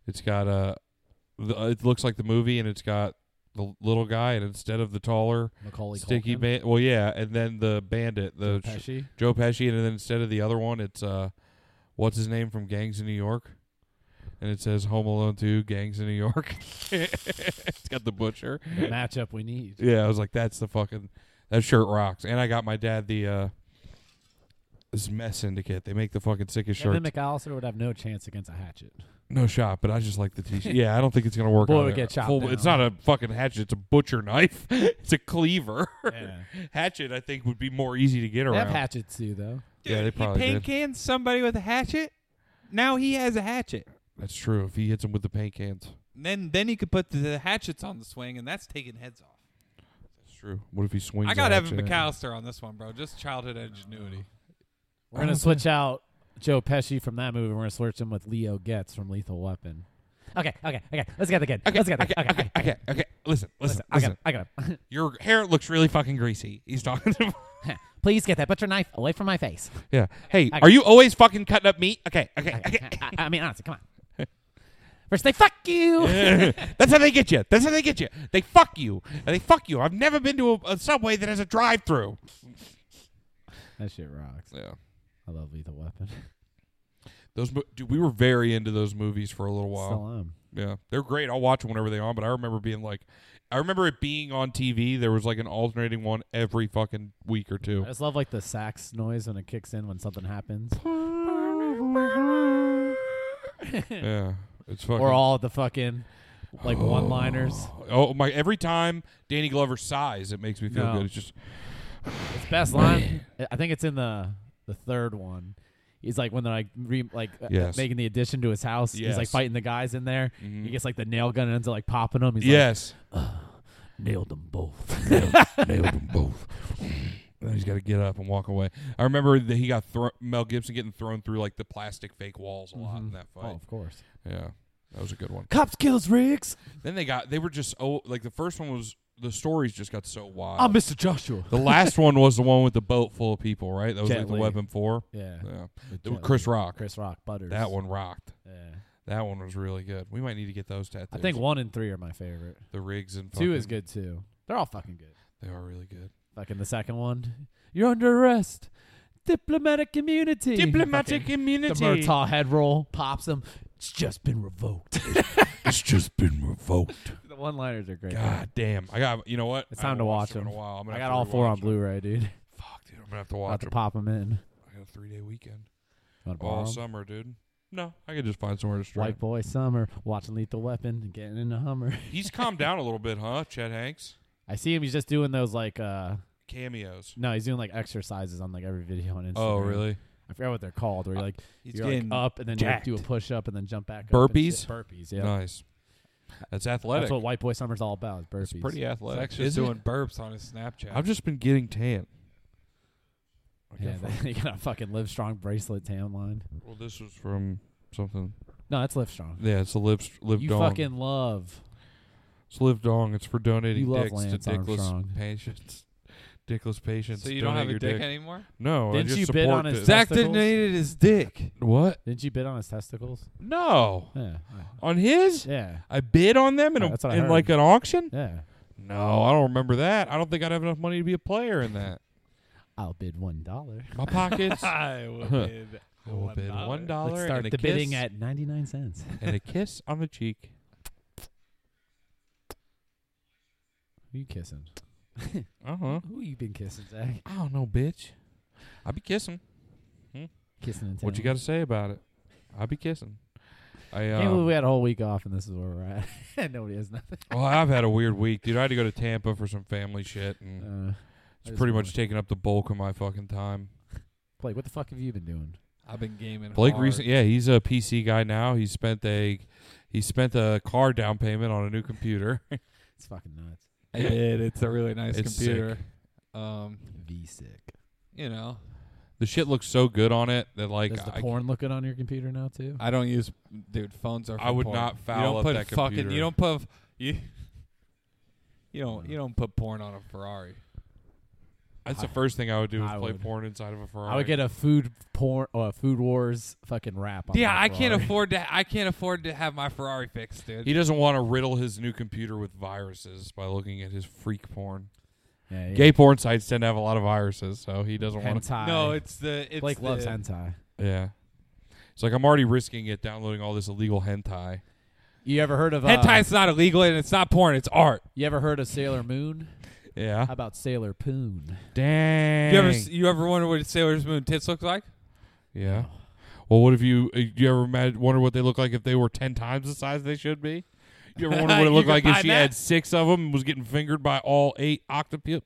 Speaker 2: It's got uh, the, uh, it looks like the movie, and it's got the little guy, and instead of the taller
Speaker 3: Macaulay
Speaker 2: sticky
Speaker 3: Culkin,
Speaker 2: band, well, yeah, and then the bandit, the Joe Pesci.
Speaker 3: Pesci.
Speaker 2: Joe Pesci, and then instead of the other one, it's uh, what's his name from Gangs in New York, and it says Home Alone two, Gangs in New York. it's got the butcher.
Speaker 3: The matchup we need.
Speaker 2: Yeah, I was like, that's the fucking that shirt rocks. And I got my dad the uh this mess syndicate. They make the fucking sickest
Speaker 3: Kevin
Speaker 2: shirts.
Speaker 3: McAllister would have no chance against a hatchet.
Speaker 2: No shot, but I just like the t-shirt. yeah, I don't think it's gonna work.
Speaker 3: Boy,
Speaker 2: on
Speaker 3: we
Speaker 2: a
Speaker 3: get chopped
Speaker 2: full- It's not a fucking hatchet. It's a butcher knife. it's a cleaver.
Speaker 3: Yeah.
Speaker 2: hatchet, I think, would be more easy to get
Speaker 3: They have
Speaker 2: around.
Speaker 3: hatchets too, though.
Speaker 2: yeah, they
Speaker 4: Dude,
Speaker 2: probably
Speaker 4: he
Speaker 2: did.
Speaker 4: paint canned somebody with a hatchet. Now he has a hatchet.
Speaker 2: That's true. If he hits them with the paint cans,
Speaker 4: Then, then he could put the, the hatchets on the swing, and that's taking heads off.
Speaker 2: that's true. What if he swings?
Speaker 4: I got
Speaker 2: a
Speaker 4: Evan
Speaker 2: hatchet?
Speaker 4: McAllister on this one, bro. Just childhood ingenuity.
Speaker 3: We're gonna switch out Joe Pesci from that movie. We're gonna switch him with Leo Getz from Lethal Weapon. Okay, okay, okay. Let's get the kid.
Speaker 2: Okay,
Speaker 3: Let's get the
Speaker 2: okay,
Speaker 3: kid.
Speaker 2: okay, okay, okay. Listen, listen,
Speaker 3: I got
Speaker 2: listen.
Speaker 3: him. I got him.
Speaker 2: Your hair looks really fucking greasy. He's talking to
Speaker 3: Please get that butcher knife away from my face.
Speaker 2: Yeah. Hey,
Speaker 3: okay.
Speaker 2: are you always fucking cutting up meat? Okay, okay, okay.
Speaker 3: I, I mean, honestly, come on. First they fuck you.
Speaker 2: That's how they get you. That's how they get you. They fuck you. And they fuck you. I've never been to a, a subway that has a drive through.
Speaker 3: That shit rocks.
Speaker 2: Yeah.
Speaker 3: I love Lethal Weapon.
Speaker 2: Those mo- dude, we were very into those movies for a little while.
Speaker 3: Still am.
Speaker 2: Yeah, they're great. I'll watch them whenever they on. But I remember being like, I remember it being on TV. There was like an alternating one every fucking week or two.
Speaker 3: I just love like the sax noise when it kicks in when something happens,
Speaker 2: Yeah, it's fucking.
Speaker 3: or all the fucking like one liners.
Speaker 2: oh my! Every time Danny Glover sighs, it makes me feel
Speaker 3: No.
Speaker 2: good. It's just
Speaker 3: It's best line. I think it's in the the third one. He's like when they're like re, like uh,
Speaker 2: Yes.
Speaker 3: making the addition to his house. He's like
Speaker 2: Yes.
Speaker 3: fighting the guys in there.
Speaker 2: Mhm.
Speaker 3: He gets like the nail gun and ends up like popping them. He's
Speaker 2: yes.
Speaker 3: like nailed them both.
Speaker 2: Nailed them both. and then he's got to get up and walk away. I remember that he got thro- Mel Gibson getting thrown through like the plastic fake walls a lot in that
Speaker 3: Oh,
Speaker 2: fight.
Speaker 3: of course.
Speaker 2: Yeah, that was a good one.
Speaker 6: Cops kills Riggs.
Speaker 2: Then they got they were just oh like the first one was the stories just got so wild.
Speaker 6: I'm Mr. Joshua.
Speaker 2: the last one was the one with the boat full of people, right? That was
Speaker 3: Jet
Speaker 2: like the
Speaker 3: Li.
Speaker 2: Weapon Four.
Speaker 3: Yeah.
Speaker 2: Yeah,
Speaker 3: With
Speaker 2: It was
Speaker 3: Jet
Speaker 2: Chris
Speaker 3: Li.
Speaker 2: Rock.
Speaker 3: Chris Rock. Butters.
Speaker 2: That one rocked.
Speaker 3: Yeah.
Speaker 2: That one was really good. We might need to get those tattoos.
Speaker 3: I think one and three are my favorite.
Speaker 2: the rigs and
Speaker 3: Two is
Speaker 2: fucking-
Speaker 3: good too. They're all fucking good.
Speaker 2: They are really good.
Speaker 3: Fucking the second one. You're under arrest. Diplomatic immunity. Fucking- the
Speaker 2: immunity.
Speaker 3: Murtaugh head roll pops him. It's just been revoked.
Speaker 2: It's just been revoked.
Speaker 3: the one liners are great.
Speaker 2: God damn! I got. You know what?
Speaker 3: It's
Speaker 2: I
Speaker 3: time
Speaker 2: haven't
Speaker 3: to
Speaker 2: watched
Speaker 3: watch
Speaker 2: them in
Speaker 3: them.
Speaker 2: a while. I'm gonna
Speaker 3: I
Speaker 2: have
Speaker 3: got
Speaker 2: to
Speaker 3: all four
Speaker 2: rewatch
Speaker 3: on
Speaker 2: them.
Speaker 3: Blu-ray, dude.
Speaker 2: Fuck, dude! I'm gonna have to
Speaker 3: About
Speaker 2: watch
Speaker 3: to
Speaker 2: them.
Speaker 3: pop them in.
Speaker 2: I got a three day weekend
Speaker 3: Wanna borrow
Speaker 2: all
Speaker 3: 'em?
Speaker 2: summer, dude. No, I could just find somewhere to stream.
Speaker 3: White boy summer watching Lethal Weapon and getting in the Hummer.
Speaker 2: He's calmed down a little bit, huh? Chet Hanks
Speaker 3: I see him. He's just doing those like uh
Speaker 2: cameos.
Speaker 3: no, he's doing like exercises on like every video on Instagram.
Speaker 2: Oh, really? Uh,
Speaker 3: I forgot what they're called. Where you're like
Speaker 4: He's
Speaker 3: you're like
Speaker 4: getting
Speaker 2: "Oh,
Speaker 3: up and then you like, do a
Speaker 4: jacked.
Speaker 3: push up and then jump back. up and shit.
Speaker 2: Burpees?
Speaker 3: burpees. Yeah,
Speaker 2: Nice. That's athletic.
Speaker 3: that's what White Boy Summer's all about. Is burpees.
Speaker 2: it's pretty
Speaker 4: It's
Speaker 2: athletic.
Speaker 4: actually
Speaker 2: Is
Speaker 4: doing burps on his Snapchat.
Speaker 2: I've just been getting tan. I
Speaker 3: Yeah,
Speaker 2: got fuck-
Speaker 3: you got a fucking Live Strong bracelet tan line.
Speaker 2: well, this was from something.
Speaker 3: No, that's Live Strong.
Speaker 2: Yeah, it's a live live
Speaker 3: you
Speaker 2: dong.
Speaker 3: fucking love.
Speaker 2: it's live dong. It's for donating
Speaker 3: You love
Speaker 2: dicks
Speaker 3: Lance
Speaker 2: to dickless
Speaker 3: Armstrong.
Speaker 2: patients. Dickless patients.
Speaker 4: so you don't have a
Speaker 2: Donate
Speaker 4: dick,
Speaker 2: your
Speaker 4: anymore?
Speaker 2: No, I
Speaker 3: Didn't
Speaker 2: just
Speaker 3: you bid
Speaker 2: support
Speaker 3: on his
Speaker 2: the-
Speaker 3: Zach
Speaker 4: Zach
Speaker 3: Testicles?
Speaker 4: donated his dick.
Speaker 2: What?
Speaker 3: Didn't you bid on his testicles?
Speaker 2: No,
Speaker 3: Yeah,
Speaker 2: on his.
Speaker 3: yeah,
Speaker 2: I bid on them in,
Speaker 3: Yeah,
Speaker 2: a,
Speaker 3: that's what I
Speaker 2: in
Speaker 3: heard.
Speaker 2: like an auction.
Speaker 3: yeah.
Speaker 2: No, I don't remember that. I don't think I'd have enough money to be a player in that.
Speaker 3: I'll bid one dollar.
Speaker 2: My pockets. I
Speaker 4: I will
Speaker 2: Huh.
Speaker 4: bid
Speaker 2: will bid one dollar
Speaker 3: Let's start
Speaker 2: and a
Speaker 3: the bidding
Speaker 2: kiss
Speaker 3: at ninety nine cents.
Speaker 2: and a kiss on the cheek.
Speaker 3: Who you kissing?
Speaker 2: Uh huh.
Speaker 3: Who you been kissing, Zach?
Speaker 2: I don't know, bitch. I be kissing.
Speaker 3: Kissing and
Speaker 2: What you got to say about it? I be kissing. I
Speaker 3: Can't believe
Speaker 2: um,
Speaker 3: we had a whole week off and this is where we're at. Nobody has nothing.
Speaker 2: well, I've had a weird week, dude. I had to go to Tampa for some family shit, and
Speaker 3: Uh, I
Speaker 2: it's
Speaker 3: just
Speaker 2: pretty
Speaker 3: wanna-
Speaker 2: much taking up the bulk of my fucking time.
Speaker 3: Blake, what the fuck have you been doing?
Speaker 4: I've been gaming.
Speaker 2: Blake
Speaker 4: hard.
Speaker 2: recent, yeah, he's a PC guy now. He spent a he spent a car down payment on a new computer.
Speaker 3: It's fucking nuts.
Speaker 4: I did. It's a really nice
Speaker 2: It's
Speaker 4: computer. Um,
Speaker 3: V sick.
Speaker 4: you know,
Speaker 2: the shit looks so good on it that like
Speaker 3: Is the
Speaker 2: I,
Speaker 3: porn looking on your computer now too?
Speaker 4: I don't use. Dude, phones are. For
Speaker 2: I would
Speaker 4: porn.
Speaker 2: not
Speaker 4: you
Speaker 2: foul
Speaker 4: don't
Speaker 2: up
Speaker 4: put
Speaker 2: that
Speaker 4: fucking.
Speaker 2: computer.
Speaker 4: You don't put. You. You don't. You don't put porn on a Ferrari.
Speaker 2: that's the first thing I would do is
Speaker 3: I
Speaker 2: play
Speaker 3: would.
Speaker 2: porn inside of a Ferrari.
Speaker 3: I would get a food porn or a food wars fucking wrap. on
Speaker 4: yeah,
Speaker 3: my
Speaker 4: I can't
Speaker 3: Ferrari.
Speaker 4: afford to. I can't afford to have my Ferrari fixed, dude.
Speaker 2: He doesn't want to riddle his new computer with viruses by looking at his freak porn.
Speaker 3: Yeah, yeah.
Speaker 2: Gay porn sites tend to have a lot of viruses, so he doesn't want to.
Speaker 3: hentai.
Speaker 4: no, it's the. It's
Speaker 3: Blake
Speaker 4: the,
Speaker 3: loves hentai.
Speaker 2: Yeah. It's like I'm already risking it downloading all this illegal hentai.
Speaker 3: You ever heard of uh,
Speaker 4: Hentai is not illegal and it's not porn. It's art.
Speaker 3: You ever heard of Sailor Moon?
Speaker 2: Yeah.
Speaker 3: How about Sailor Poon?
Speaker 2: Dang.
Speaker 4: You ever s- you ever wonder what Sailor Moon tits look like?
Speaker 2: yeah. Well, what if you uh, you ever imagine, wonder what they look like if they were ten times the size they should be? You ever wonder what it
Speaker 4: You
Speaker 2: looked
Speaker 4: could
Speaker 2: like if
Speaker 4: buy
Speaker 2: she
Speaker 4: that.
Speaker 2: had six of them and was getting fingered by all eight octopus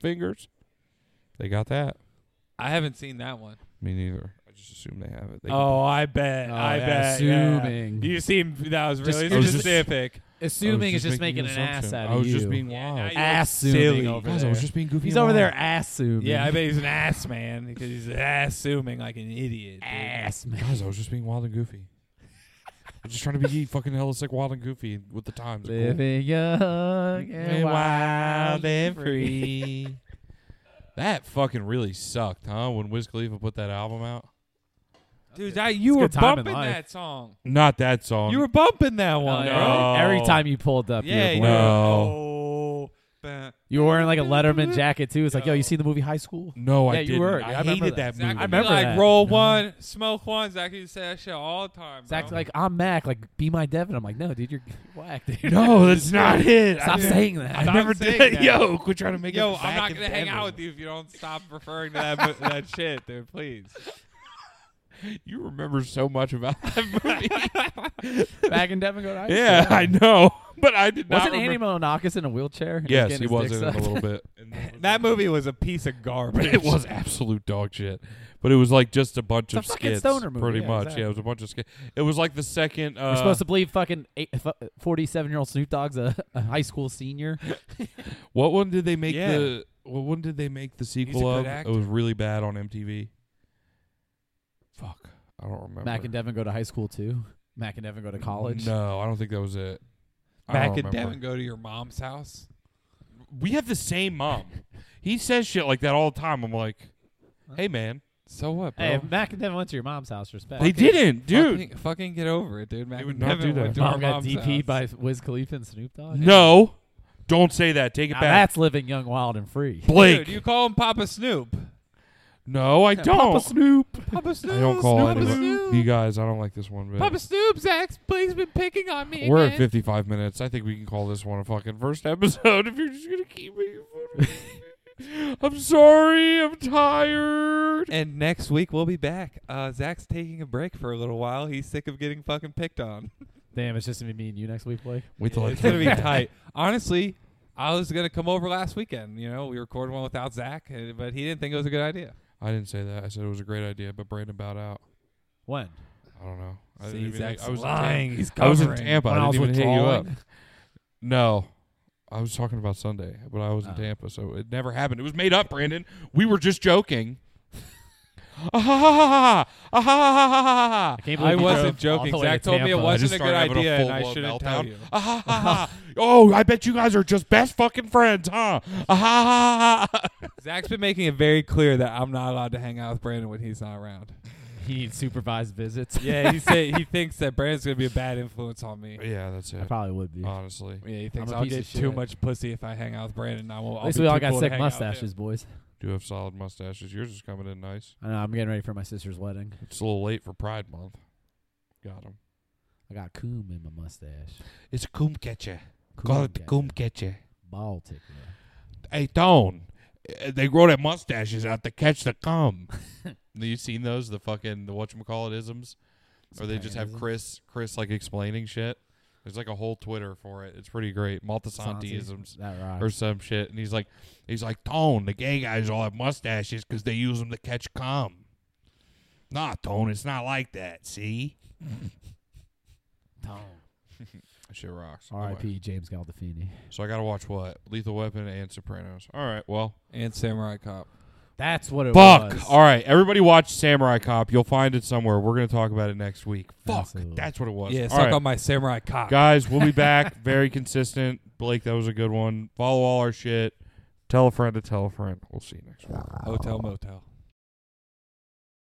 Speaker 2: fingers? They got that.
Speaker 4: I haven't seen that one.
Speaker 2: Me neither. I just assume they have it. They
Speaker 4: Oh, I bet.
Speaker 3: Oh,
Speaker 4: I
Speaker 3: yeah,
Speaker 4: bet.
Speaker 3: assuming. Oh,
Speaker 4: Yeah. You seem that was
Speaker 3: Just-
Speaker 4: really
Speaker 2: I was just-
Speaker 4: specific.
Speaker 3: Assuming
Speaker 2: just
Speaker 3: it's just
Speaker 2: making
Speaker 3: making,
Speaker 2: an
Speaker 3: an ass
Speaker 2: assumption.
Speaker 3: out
Speaker 2: I
Speaker 3: of
Speaker 2: was
Speaker 3: you.
Speaker 2: just being
Speaker 4: Oh,
Speaker 2: wild.
Speaker 3: assuming
Speaker 4: Silly.
Speaker 3: over
Speaker 2: Guys, I
Speaker 3: there.
Speaker 2: was just being goofy.
Speaker 3: He's
Speaker 2: and
Speaker 3: over there
Speaker 2: wild.
Speaker 3: assuming.
Speaker 4: yeah, I bet he's an ass man because he's assuming like an idiot. dude.
Speaker 3: ass man.
Speaker 2: Guys, I was just being wild and goofy. I'm just trying to be fucking hella sick, wild and goofy with the times. Cool.
Speaker 3: Living young and wild and eh, free.
Speaker 2: free. that fucking really sucked, huh? When Wiz Khalifa put that album out.
Speaker 4: Dude, that, you were
Speaker 3: good time in
Speaker 4: bumping
Speaker 3: life.
Speaker 4: that song.
Speaker 2: Not that song.
Speaker 4: You were bumping that one.
Speaker 2: No.
Speaker 4: bro.
Speaker 3: Every time you pulled up,
Speaker 4: Yeah.
Speaker 3: you,
Speaker 4: you
Speaker 3: were
Speaker 2: No.
Speaker 3: wearing,
Speaker 4: were- Oh.
Speaker 3: you were wearing like a Letterman jacket too. It's like, yo, you seen the movie High School?
Speaker 2: no, I
Speaker 3: Yeah, you
Speaker 2: didn't.
Speaker 3: were.
Speaker 2: I,
Speaker 3: I remember
Speaker 2: hated that,
Speaker 3: that.
Speaker 4: Zach,
Speaker 2: movie.
Speaker 4: would be
Speaker 3: remember
Speaker 4: like
Speaker 3: that.
Speaker 4: roll
Speaker 3: No.
Speaker 4: one, smoke one. Zach used to say that shit all the time. Bro.
Speaker 3: Zach's like, I'm Mac. Like, be my Devin. I'm like, no, dude, you're whack, dude.
Speaker 2: No, that's not it.
Speaker 3: Stop
Speaker 2: I,
Speaker 3: saying that.
Speaker 2: I
Speaker 4: Stop
Speaker 2: never
Speaker 4: saying
Speaker 2: did.
Speaker 4: that.
Speaker 2: Yo, quit trying to make
Speaker 4: Yo,
Speaker 2: it.
Speaker 4: I'm not
Speaker 2: back
Speaker 4: gonna
Speaker 2: and
Speaker 4: hang
Speaker 2: Devin.
Speaker 4: out with you if you don't stop referring to that that shit, dude. Please.
Speaker 2: You remember so much about that movie.
Speaker 7: Back in Devon Go to Ice.
Speaker 2: yeah, I know, but I did not.
Speaker 3: Wasn't Andy
Speaker 2: remember.
Speaker 3: Milonakis in a wheelchair? and
Speaker 2: Yes,
Speaker 3: getting
Speaker 2: he
Speaker 3: his
Speaker 2: was
Speaker 3: dick
Speaker 2: in it a
Speaker 3: sucked?
Speaker 2: little bit.
Speaker 4: That movie was a piece of
Speaker 2: But
Speaker 4: garbage.
Speaker 2: it was absolute dog shit. But it was like just a
Speaker 3: It's
Speaker 2: bunch
Speaker 3: a
Speaker 2: of
Speaker 3: fucking
Speaker 2: skits,
Speaker 3: stoner movie,
Speaker 2: pretty
Speaker 3: yeah,
Speaker 2: much.
Speaker 3: exactly.
Speaker 2: Yeah, it was a bunch of skits. It was like the second. Uh,
Speaker 3: We're supposed to believe fucking eight- fu- 47 year old Snoop Dogg's a, a high school senior.
Speaker 2: What one did they make
Speaker 4: Yeah.
Speaker 2: the? What one did they make the sequel
Speaker 4: good
Speaker 2: of?
Speaker 4: actor.
Speaker 2: It was really bad on MTV. Fuck, I don't remember.
Speaker 3: Mac and Devin go to high school too. Mac and Devin go to college.
Speaker 2: No, I don't think that was it. I
Speaker 4: Back
Speaker 2: don't
Speaker 4: in
Speaker 2: remember.
Speaker 4: Devon, go to your mom's house.
Speaker 2: We have the same mom. he says shit like that all the time. I'm like, hey man,
Speaker 4: So what, bro?
Speaker 3: Hey, if Mac and Devin went to your mom's house. Respect.
Speaker 2: they didn't, dude.
Speaker 4: fucking, fucking get over it, dude. Mac
Speaker 2: They would
Speaker 4: and
Speaker 2: not
Speaker 4: Devin
Speaker 2: do that.
Speaker 4: went to our
Speaker 3: Mom got
Speaker 4: mom's
Speaker 3: DP
Speaker 4: house.
Speaker 3: by Wiz Khalifa and Snoop Dogg.
Speaker 2: No, don't say that. Take it
Speaker 3: Now
Speaker 2: back,
Speaker 3: that's living young, wild, and free.
Speaker 2: Blake.
Speaker 4: Dude, you call him Papa Snoop.
Speaker 2: no, I don't.
Speaker 3: Papa
Speaker 2: Snoop.
Speaker 4: Papa Snoop.
Speaker 2: I don't call
Speaker 4: Papa
Speaker 2: anyone.
Speaker 4: Snoop.
Speaker 2: You guys, I don't like this one bit.
Speaker 4: Papa Snoop, Zach's please been picking on me.
Speaker 2: We're at
Speaker 4: again.
Speaker 2: 55 minutes. I think we can call this one a fucking first episode if you're just going to keep making fun of me. I'm sorry. I'm tired.
Speaker 4: And next week we'll be back. Uh, Zach's taking a break for a little while. He's sick of getting fucking picked on.
Speaker 3: Damn, it's just gonna be me and you next week, Blake.
Speaker 2: Wait till I
Speaker 4: It's gonna be tight. Honestly, I was gonna come over last weekend. You know, we recorded one without Zach, uh, but he didn't think it was a good idea.
Speaker 2: I didn't say that. I said it was a great idea, but Brandon bowed out.
Speaker 3: When?
Speaker 2: I don't know. I
Speaker 4: See,
Speaker 2: didn't even-
Speaker 4: Zach's
Speaker 2: I was in
Speaker 4: lying.
Speaker 2: Tampa.
Speaker 4: He's
Speaker 2: I was in
Speaker 4: covering.
Speaker 2: Tampa.
Speaker 3: When
Speaker 2: I
Speaker 3: I
Speaker 2: didn't
Speaker 3: was
Speaker 2: even hit you up.
Speaker 3: withdrawing?
Speaker 2: No. I was talking about Sunday, but I was in
Speaker 3: Oh.
Speaker 2: Tampa, so it never happened. It was made up, Brandon. We were just joking. Ah ha ha ha ha! Ah ha ha ha ha ha!
Speaker 3: I, can't
Speaker 4: I
Speaker 3: believe you
Speaker 4: wasn't
Speaker 3: drove all the
Speaker 4: joking.
Speaker 3: way to
Speaker 4: Zach told me it
Speaker 3: Tampa.
Speaker 2: I
Speaker 4: wasn't
Speaker 2: just
Speaker 4: a good
Speaker 2: started having
Speaker 4: idea, and I
Speaker 2: full-blown
Speaker 4: shouldn't
Speaker 2: meltdown.
Speaker 4: tell you.
Speaker 2: Ah, ha, ha, ha. oh, I bet you guys are just best fucking friends, huh? Ah, ha, ha, ha, ha.
Speaker 4: Zach's been making it very clear that I'm not allowed to hang out with Brandon when he's not around.
Speaker 3: He needs supervised visits.
Speaker 4: Yeah, he say he thinks that Brandon's gonna be a bad influence on me.
Speaker 2: yeah, that's
Speaker 3: I
Speaker 2: it.
Speaker 3: probably would
Speaker 4: Oh,
Speaker 3: be.
Speaker 2: Honestly,
Speaker 4: Yeah, he thinks
Speaker 3: a
Speaker 4: I'll
Speaker 3: piece
Speaker 4: get
Speaker 3: of
Speaker 4: too
Speaker 3: shit.
Speaker 4: much pussy if I hang out with Brandon. I won't.
Speaker 3: At
Speaker 4: I'll
Speaker 3: least
Speaker 4: be
Speaker 3: we all
Speaker 4: too
Speaker 3: got
Speaker 4: cool to
Speaker 3: sick
Speaker 4: hang out with him.
Speaker 3: mustaches, boys.
Speaker 2: do have solid mustaches. Yours is coming in nice.
Speaker 3: I know. I'm getting ready for my sister's wedding.
Speaker 2: It's a little late for Pride Month. Got him.
Speaker 3: I got coom in my mustache.
Speaker 2: It's a coom catcher.
Speaker 3: Coom
Speaker 2: Call it the
Speaker 3: got
Speaker 2: coom catcher.
Speaker 3: Ball tickler.
Speaker 2: Hey, Tone. uh, They grow their mustaches out to catch the cum. you seen those? The fucking the whatchamacallitisms? Or they just have
Speaker 3: Isms?
Speaker 2: Chris Chris like explaining shit. There's like a whole Twitter for it. It's pretty great. Maltasantiisms
Speaker 3: That rocks.
Speaker 2: or some shit. And he's like he's like, Tone, the gay guys all have mustaches because they use them to catch cum. Nah, Tone, it's not like that, see?
Speaker 3: Tone.
Speaker 2: That shit rocks.
Speaker 3: R.I.P. James Galdafini.
Speaker 2: So I gotta watch what? Lethal Weapon and Sopranos. All right, well,
Speaker 4: And Samurai Cop.
Speaker 3: That's what it
Speaker 2: fuck.
Speaker 3: was.
Speaker 2: All right, everybody watch Samurai Cop. You'll find it somewhere. We're gonna talk about it next week. Fuck,
Speaker 3: Absolutely.
Speaker 2: that's what it was.
Speaker 4: Yeah, suck
Speaker 2: all right,
Speaker 4: on my Samurai Cop.
Speaker 2: guys, we'll be back. Very consistent. Blake, that was a good one. Follow all our shit. Tell a friend to tell a friend. We'll see you next week.
Speaker 4: Hotel Motel.